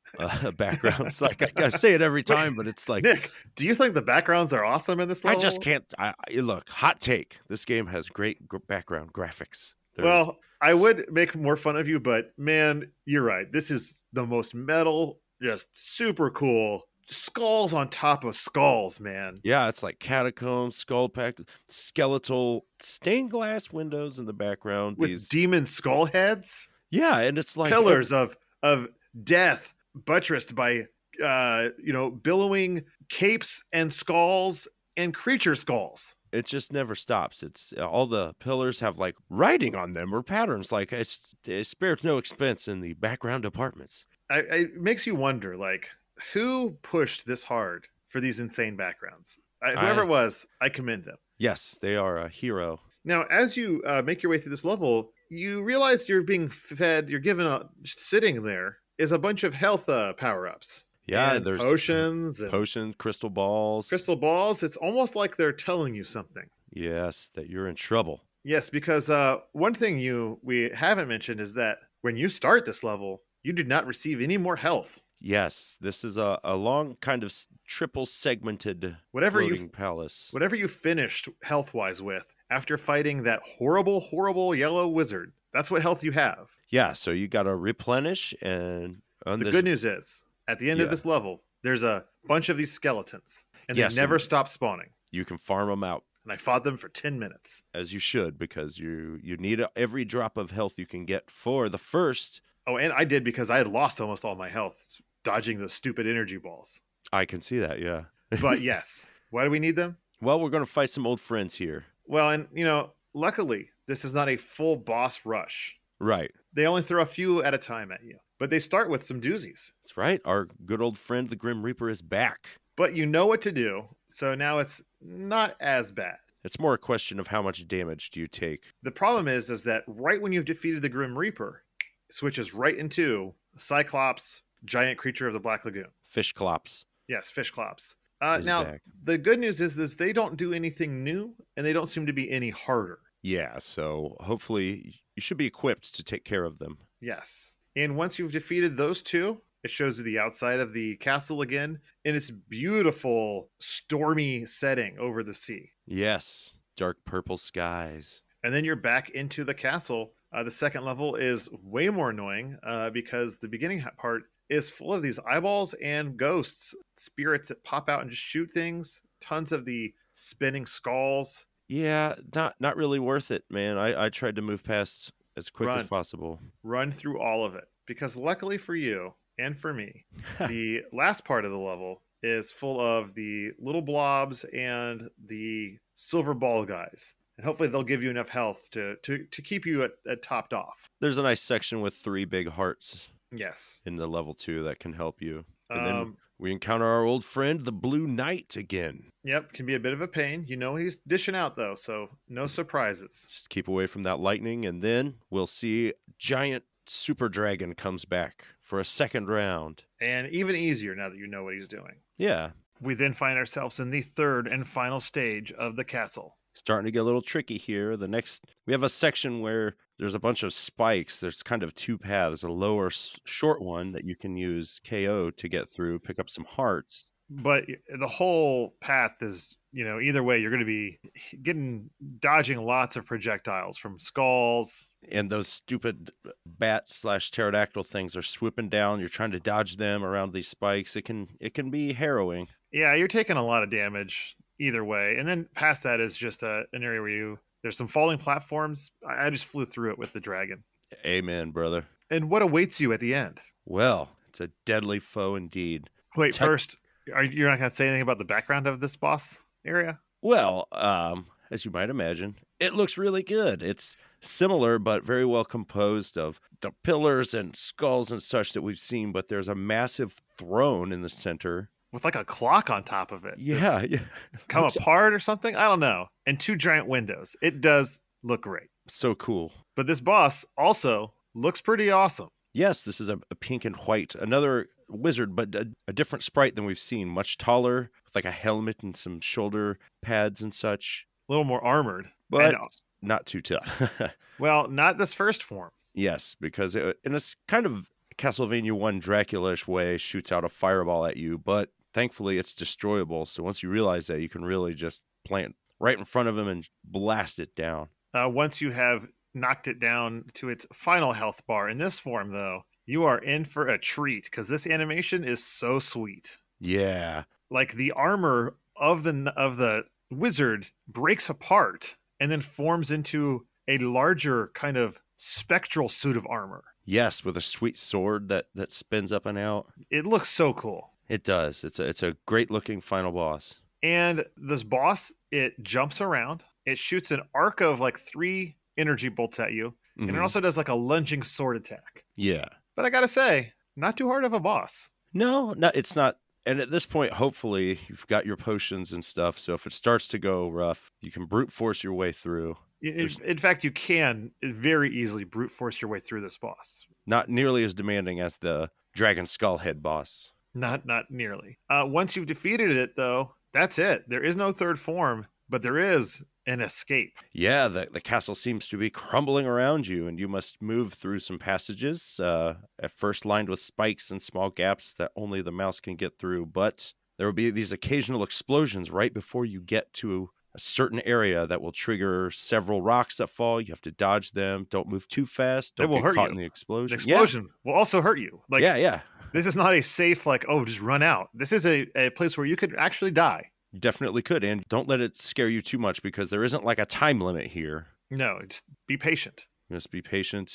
[laughs]
uh, [laughs] backgrounds. like I, I say it every time, but it's like
Nick, do you think the backgrounds are awesome in this
I
level?
just can't. I, I- look, hot take. This game has great gr- background graphics. There's-
Well, I would make more fun of you, but man, you're right. This is the most metal, just super cool. Skulls on top of skulls, man.
yeah, it's like catacombs, skull pack, skeletal stained glass windows in the background.
with
these,
demon skull heads,
yeah, and it's like
pillars of of death, buttressed by uh, you know billowing capes and skulls and creature skulls.
It, it just never stops. It's uh, all the pillars have like writing on them or patterns. Like it's, it spares no expense in the background apartments.
I, I- it makes you wonder, like who pushed this hard for these insane backgrounds? I, whoever
I-
it was, I commend them.
Yes, they are a hero.
Now, as you uh, make your way through this level, you realize you're being fed. You're given a sitting there is a bunch of health uh, power ups.
Yeah,
and
there's
potions and
potion, crystal balls.
crystal balls it's almost like they're telling you something
Yes, that you're in trouble.
yes because uh, one thing you we haven't mentioned is that when you start this level you did not receive any more health
Yes, this is a, a long kind of s- triple segmented
whatever
floating
you
palace.
whatever you finished health wise with after fighting that horrible horrible yellow wizard that's what health you have
Yeah, so you got to replenish and on
the
this-
good news is at the end of
Yeah.
this level there's a bunch of these skeletons and
Yes,
they never
and-
stop spawning
you can farm them out
and i fought them for 10 minutes
as you should because you you need every drop of health you can get for the first.
oh and i did because i had lost almost all my health dodging those stupid energy balls
I can see that, yeah. [laughs]
but yes, why do we need them?
Well, we're going to fight some old friends here.
Well, and you know, luckily, this is not a full boss rush.
Right.
They only throw a few at a time at you, but they start with some doozies.
That's right. Our good old friend the Grim Reaper is back.
But you know what to do, so now it's not as bad.
It's more a question of how much damage do you take
The problem is, is that right when you've defeated the Grim Reaper, it switches right into Cyclops, giant creature of the Black Lagoon.
fish clops.
Yes, Fish Clops. Uh,
is
now,
back.
the good news is, is they don't do anything new, and they don't seem to be any harder.
Yeah, so hopefully you should be equipped to take care of them.
Yes. And once you've defeated those two, it shows you the outside of the castle again in its beautiful stormy setting over the sea.
Yes, dark purple skies.
And then you're back into the castle. Uh, the second level is way more annoying uh, because the beginning ha- part is full of these eyeballs and ghosts, spirits that pop out and just shoot things, tons of the spinning skulls.
Yeah, not not really worth it, man. I, I tried to move past as quick as
Run.
possible.
Run
[laughs]
through all of it because, luckily for you and for me, the last part of the level is full of the little blobs and the silver ball guys. And hopefully they'll give you enough health to to, to keep you at, at topped off.
There's a nice section with three big hearts
Yes.
in the level two that can help you. And then-
Um,
We encounter our old friend, the Blue Knight, again.
yep, can be a bit of a pain. You know he's dishing out though, so no surprises.
Just keep away from that lightning, and then we'll see giant super dragon comes back for a second round.
And even easier now that you know what he's doing.
Yeah,
We then find ourselves in the third and final stage of the castle.
starting to get a little tricky here. The next, we have a section where there's a bunch of spikes. There's kind of two paths a lower, s- short one that you can use KO to get through, pick up some hearts.
But the whole path is, you know, either way, you're going to be getting dodging lots of projectiles from skulls.
And those stupid uh, bat slash pterodactyl things are swooping down. You're trying to dodge them around these spikes. It can it can be harrowing.
Yeah, you're taking a lot of damage either way. And then past that is just a, an area where you there's some falling platforms. I, I just flew through it with the dragon.
Amen, brother.
And what awaits you at the end?
Well, it's a deadly foe indeed.
Wait,
Tech-
first, are you're not going to say anything about the background of this boss area?
Well, um, as you might imagine, it looks really good. It's similar but very well composed of the pillars and skulls and such that we've seen, but there's a massive throne in the center.
With like a clock on top of it. It's-
Yeah, yeah.
come
Looks
apart or something. I don't know. And two giant windows. It does look great.
so cool.
But this boss also looks pretty awesome.
Yes, this is a, a pink and white, another wizard, but a, a different sprite than we've seen. Much taller, with like a helmet and some shoulder pads and such,
A little more armored.
but
And, uh,
not too tough. [laughs]
well, not this first form.
Yes, because it, in a s- kind of Castlevania 1 Dracula-ish way, shoots out a fireball at you, but thankfully it's destroyable. So once you realize that, you can really just plant right in front of him and blast it down.
Uh, once you have knocked it down to its final health bar in this form, though, you are in for a treat because this animation is so sweet.
Yeah.
Like the armor of the of the wizard breaks apart and then forms into a larger kind of spectral suit of armor.
Yes, with a sweet sword that that spins up and out.
It looks so cool.
It does. It's a it's a great looking final boss.
and this boss it jumps around it shoots an arc of like three energy bolts at you and it
Mhm.
also does like a lunging sword attack
yeah.
but i gotta say not too hard of a boss
No, no, it's not. And at this point, hopefully, you've got your potions and stuff. So if it starts to go rough, you can brute force your way through.
in,
There's-
in- in fact you can very easily brute force your way through this boss
not nearly as demanding as the Dragon Skull Head boss.
not not nearly uh, once you've defeated it though that's it there is no third form but there is an escape
Yeah, the, the castle seems to be crumbling around you, and you must move through some passages, uh, at first lined with spikes and small gaps that only the mouse can get through. But there will be these occasional explosions right before you get to a certain area that will trigger several rocks that fall. You have to dodge them. Don't move too fast.
They
Don't
will
get
hurt
caught
you.
in the
an
explosion. Yeah,
explosion will also hurt you like
yeah, yeah.
this is not a safe like oh just run out this is a, a place where you could actually die
You definitely could. And don't let it scare you too much because there isn't like a time limit here.
no just be patient
You must be patient.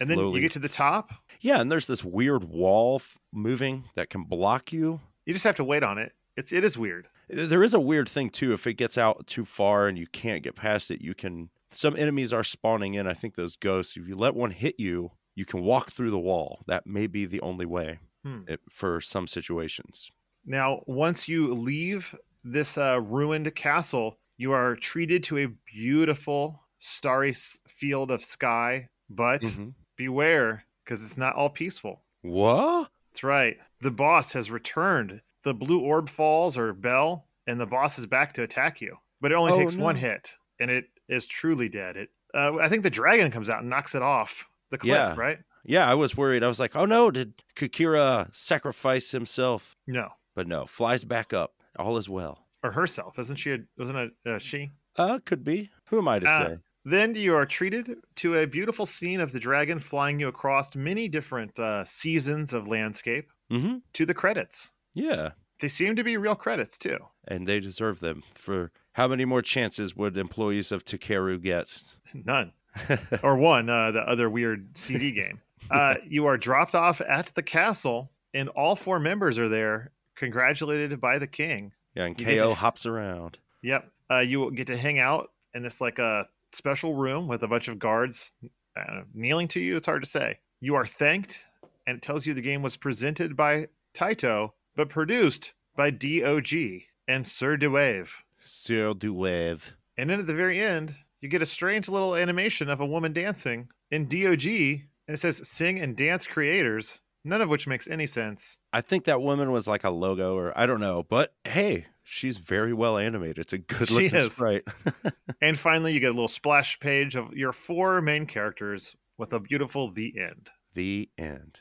And then
slowly.
you get to the top.
yeah, and there's this weird wall f- moving that can block you.
You just have to wait on it. It's it is weird.
Th- There is a weird thing too. If it gets out too far and you can't get past it, you can. Some enemies are spawning in. I think those ghosts. If you let one hit you, you can walk through the wall. That may be the only way
Hmm.
it, for some situations.
Now, once you leave this uh, ruined castle, you are treated to a beautiful starry s- field of sky. But
Mm-hmm.
beware, because it's not all peaceful.
What?
That's right. The boss has returned. The blue orb falls or bell, and the boss is back to attack you. But it only
Oh,
takes one
no.
hit, and it is truly dead. It. Uh, I think the dragon comes out and knocks it off the cliff.
Yeah.
Right?
Yeah, I was worried. I was like, oh no, did Kikira sacrifice himself?
No,
But no, flies back up. All is well.
or herself. Isn't she? A, wasn't a, a she?
Uh, could be. Who am I to
Uh,
say?
Then you are treated to a beautiful scene of the dragon flying you across many different uh, seasons of landscape
Mm-hmm.
to the credits.
Yeah.
They seem to be real credits too.
and they deserve them. For how many more chances would employees of Takeru get?
None or one, uh, the other weird CD game. Uh, you are dropped off at the castle, and all four members are there congratulated by the king.
Yeah, and
You get
KO
to-
hops around.
Yep. Uh, you will get to hang out in this like a special room with a bunch of guards uh, kneeling to you. It's hard to say. You are thanked, and it tells you the game was presented by Taito, but produced by DOG and Sir DeWave.
Sir Duev.
And then at the very end, you get a strange little animation of a woman dancing in DOG, and it says "Sing and Dance Creators," none of which makes any sense.
I think that woman was like a logo or I don't know, but hey, she's very well animated. It's a good
She
looking
is.
sprite.
And finally, you get a little splash page of your four main characters with a beautiful "The End."
the end.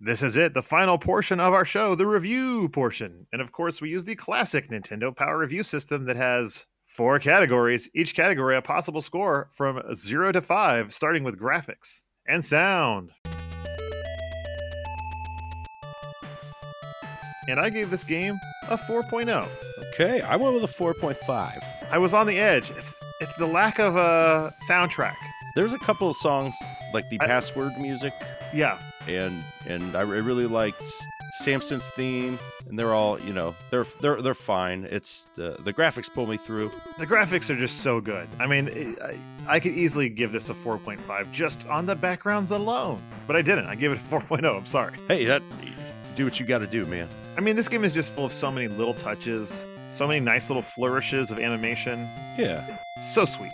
This is it, the final portion of our show, the review portion. And of course, we use the classic Nintendo Power Review system that has four categories, each category a possible score from 0 to 5, starting with graphics and sound. And I gave this game a 4.0.
Okay, I went with a 4.5.
I was on the edge. It's, it's the lack of a soundtrack.
There's a couple of songs like the
I-
password music
Yeah,
and and I re- really liked Samson's theme and they're all, you know, they're they're they're fine. It's the the graphics pull me through.
The graphics are just so good. I mean, it- I, I could easily give this a 4.5 just on the backgrounds alone, but I didn't. I gave it a [laughs] 4.0. I'm sorry.
Hey, that do what you got to do, man.
I mean, this game is just full of so many little touches, so many nice little flourishes of animation.
Yeah.
So sweet.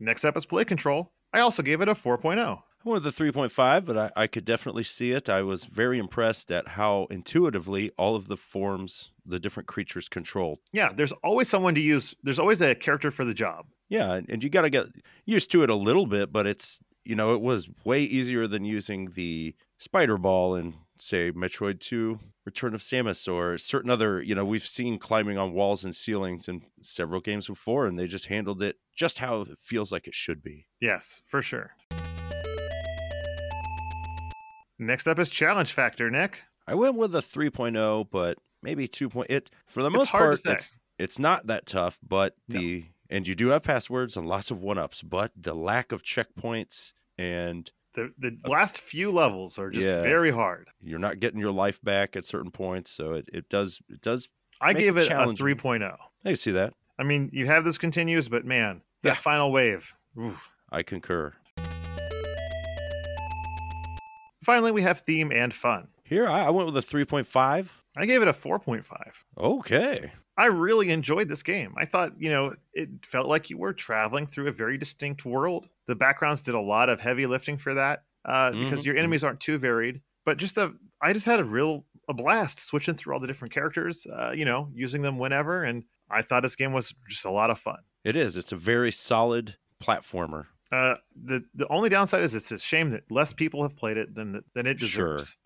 Next up is Play Control. I also gave it a oh. 4.0.
I wanted the 3.5, but I, I could definitely see it. I was very impressed at how intuitively all of the forms, the different creatures controlled.
Yeah, there's always someone to use, there's always a character for the job.
Yeah, and, and you got to get used to it a little bit, but it's, you know, it was way easier than using the spider ball in, say, Metroid 2, Return of Samus, or certain other, you know, we've seen climbing on walls and ceilings in several games before, and they just handled it just how it feels like it should be.
Yes, for sure. Next up is Challenge Factor, Nick.
I went with a 3.0, but maybe 2. Point, it for the
It's
most
hard to
part
say.
it's it's not that tough, but
No.
the and you do have passwords and lots of one-ups, but the lack of checkpoints and
the the last few levels are just
Yeah.
very hard.
you're not getting your life back at certain points, so it, it does it does
I
Make
gave
it
it a
challenging.
3.0.
I see that.
I mean, you have this continues, but man, that
Yeah.
final wave. oof.
I concur.
Finally, we have theme and fun.
Here I, I went with a 3.5.
I gave it a 4.5.
Okay.
I really enjoyed this game. I thought, you know, it felt like you were traveling through a very distinct world. The backgrounds did a lot of heavy lifting for that uh, because
Mhm.
your enemies aren't too varied. But just the, I just had a real a blast switching through all the different characters. Uh, you know, using them whenever, and I thought this game was just a lot of fun.
It is. It's a very solid platformer.
Uh, the the only downside is it's a shame that less people have played it than than it
Sure.
deserves.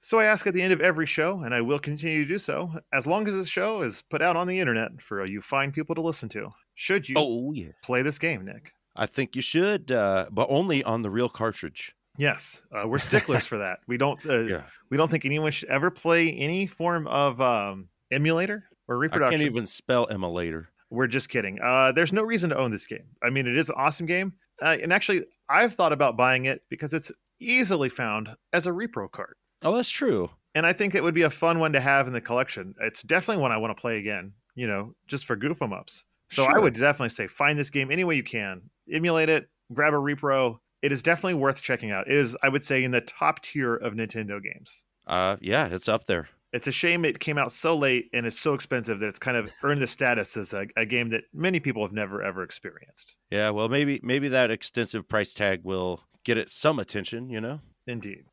So I ask at the end of every show, and I will continue to do so as long as this show is put out on the internet for uh, you fine people to listen to. Should you
Oh yeah.
play this game, Nick?
I think you should, uh, but only on the real cartridge.
Yes, uh, we're sticklers for that. We
[laughs]
don't uh,
Yeah.
we don't think anyone should ever play any form of um, emulator or
I
reproduction.
can't even spell Emma later.
We're just kidding. Uh, there's no reason to own this game. I mean, it is an awesome game. Uh, and actually, I've thought about buying it because it's easily found as a repro card.
Oh, that's true.
And I think it would be a fun one to have in the collection. It's definitely one I want to play again, you know, just for goof 'em ups. So I
Sure.
would definitely say find this game any way you can, emulate it, grab a repro. It is definitely worth checking out. It is, I would say, in the top tier of Nintendo games.
Uh, yeah, it's up there.
It's a shame it came out so late and is so expensive that it's kind of earned the status as a, a game that many people have never ever experienced.
Yeah, well, maybe maybe that extensive price tag will get it some attention. You know,
Indeed.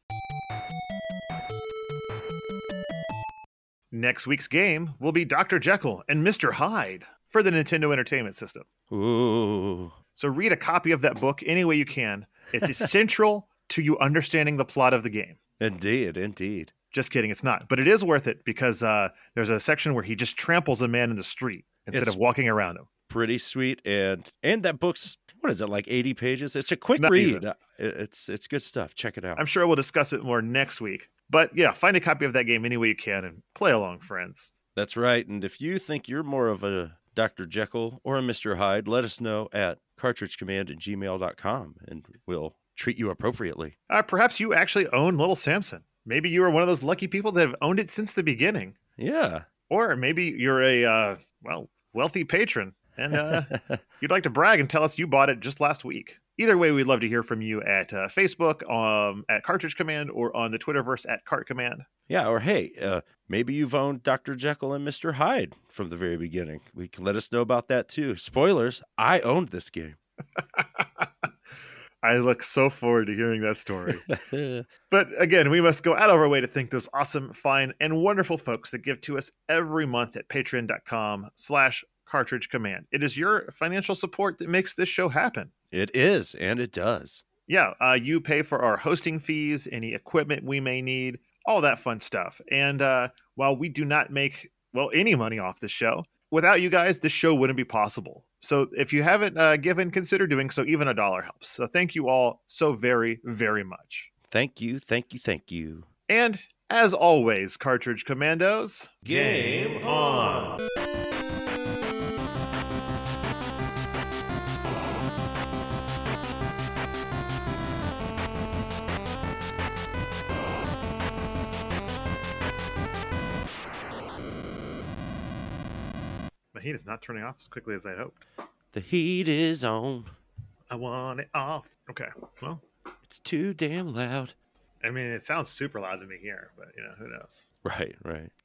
Next week's game will be Dr. Jekyll and Mr. Hyde for the Nintendo Entertainment System.
ooh,
So read a copy of that book any way you can. It's essential to you understanding the plot of the game.
indeed, indeed.
Just kidding, it's not. But it is worth it because uh, there's a section where he just tramples a man in the street instead
It's-
of walking around him.
pretty sweet and and that book's one what is it like 80 pages? It's a quick
Not
read.
even.
It- It's it's good stuff. Check it out.
I'm sure we'll discuss it more next week. But yeah, find a copy of that game any way you can and play along, friends.
That's right. And if you think you're more of a Dr. Jekyll or a Mr. Hyde, let us know at cartridgecommand at gmail.com and we'll treat you appropriately.
Uh, perhaps you actually own Little Samson. Maybe you are one of those lucky people that have owned it since the beginning.
Yeah.
Or maybe you're a, uh, well, wealthy patron and [laughs] uh,
[laughs]
you'd like to brag and tell us you bought it just last week. Either way, we'd love to hear from you at uh, Facebook, um, at Cartridge Command, or on the Twitterverse at Cart Command.
yeah. Or hey, uh, maybe you've owned Dr. Jekyll and Mr. Hyde from the very beginning. You can let us know about that too. Spoilers I owned this game.
I look so forward to hearing that story. But again, we must go out of our way to thank those awesome, fine, and wonderful folks that give to us every month at patreon.com slash cartridge command. It is your financial support that makes this show happen.
it is, and it does.
Yeah, uh, you pay for our hosting fees, any equipment we may need, all that fun stuff. And uh, while we do not make, well, any money off this show, without you guys, this show wouldn't be possible. So if you haven't uh, given, consider doing so. Even a dollar helps. So thank you all so very, very much.
Thank you. Thank you. Thank you.
And as always, Cartridge Commandos,
Game on.
my heat is not turning off as quickly as I hoped.
The heat is on.
I want it off. Okay. Well,
It's too damn loud.
I mean, it sounds super loud to me here, but you know, who knows?
Right, right.